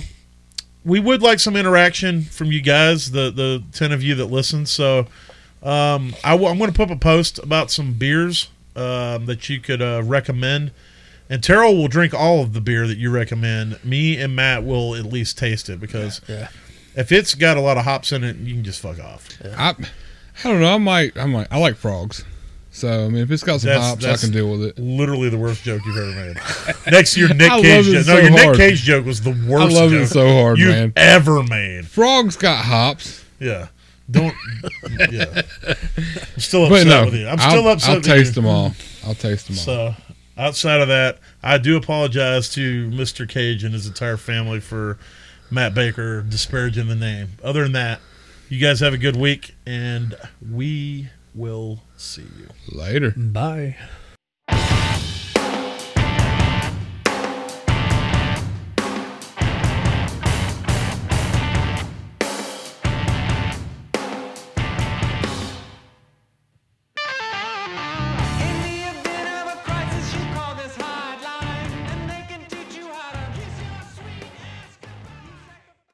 we would like some interaction from you guys, the the ten of you that listen. So um, I w- I'm going to put up a post about some beers um, that you could uh, recommend, and Terrell will drink all of the beer that you recommend. Me and Matt will at least taste it because
Yeah.
if it's got a lot of hops in it, you can just fuck off.
I, I don't know. I might. I might. I like frogs. So I mean, if it's got some
That's-
hops, I
that's-
can deal with it.
Literally the worst joke you've ever made. Next year, Nick
I
Cage.
love it
Joke.
so
no, your Nick
hard.
Cage joke was the
I
worst
love
joke
it so hard,
you've
man.
ever made.
Frogs got hops,
Yeah. Don't. yeah. I'm still
but
upset
no,
with you. I'm still
will
upset.
I'll
with
taste
you.
them all. I'll taste them all.
So, outside of that, I do apologize to Mr. Cage and his entire family for Matt Baker disparaging the name. Other than that, you guys have a good week, and we will see you.
Later.
Bye.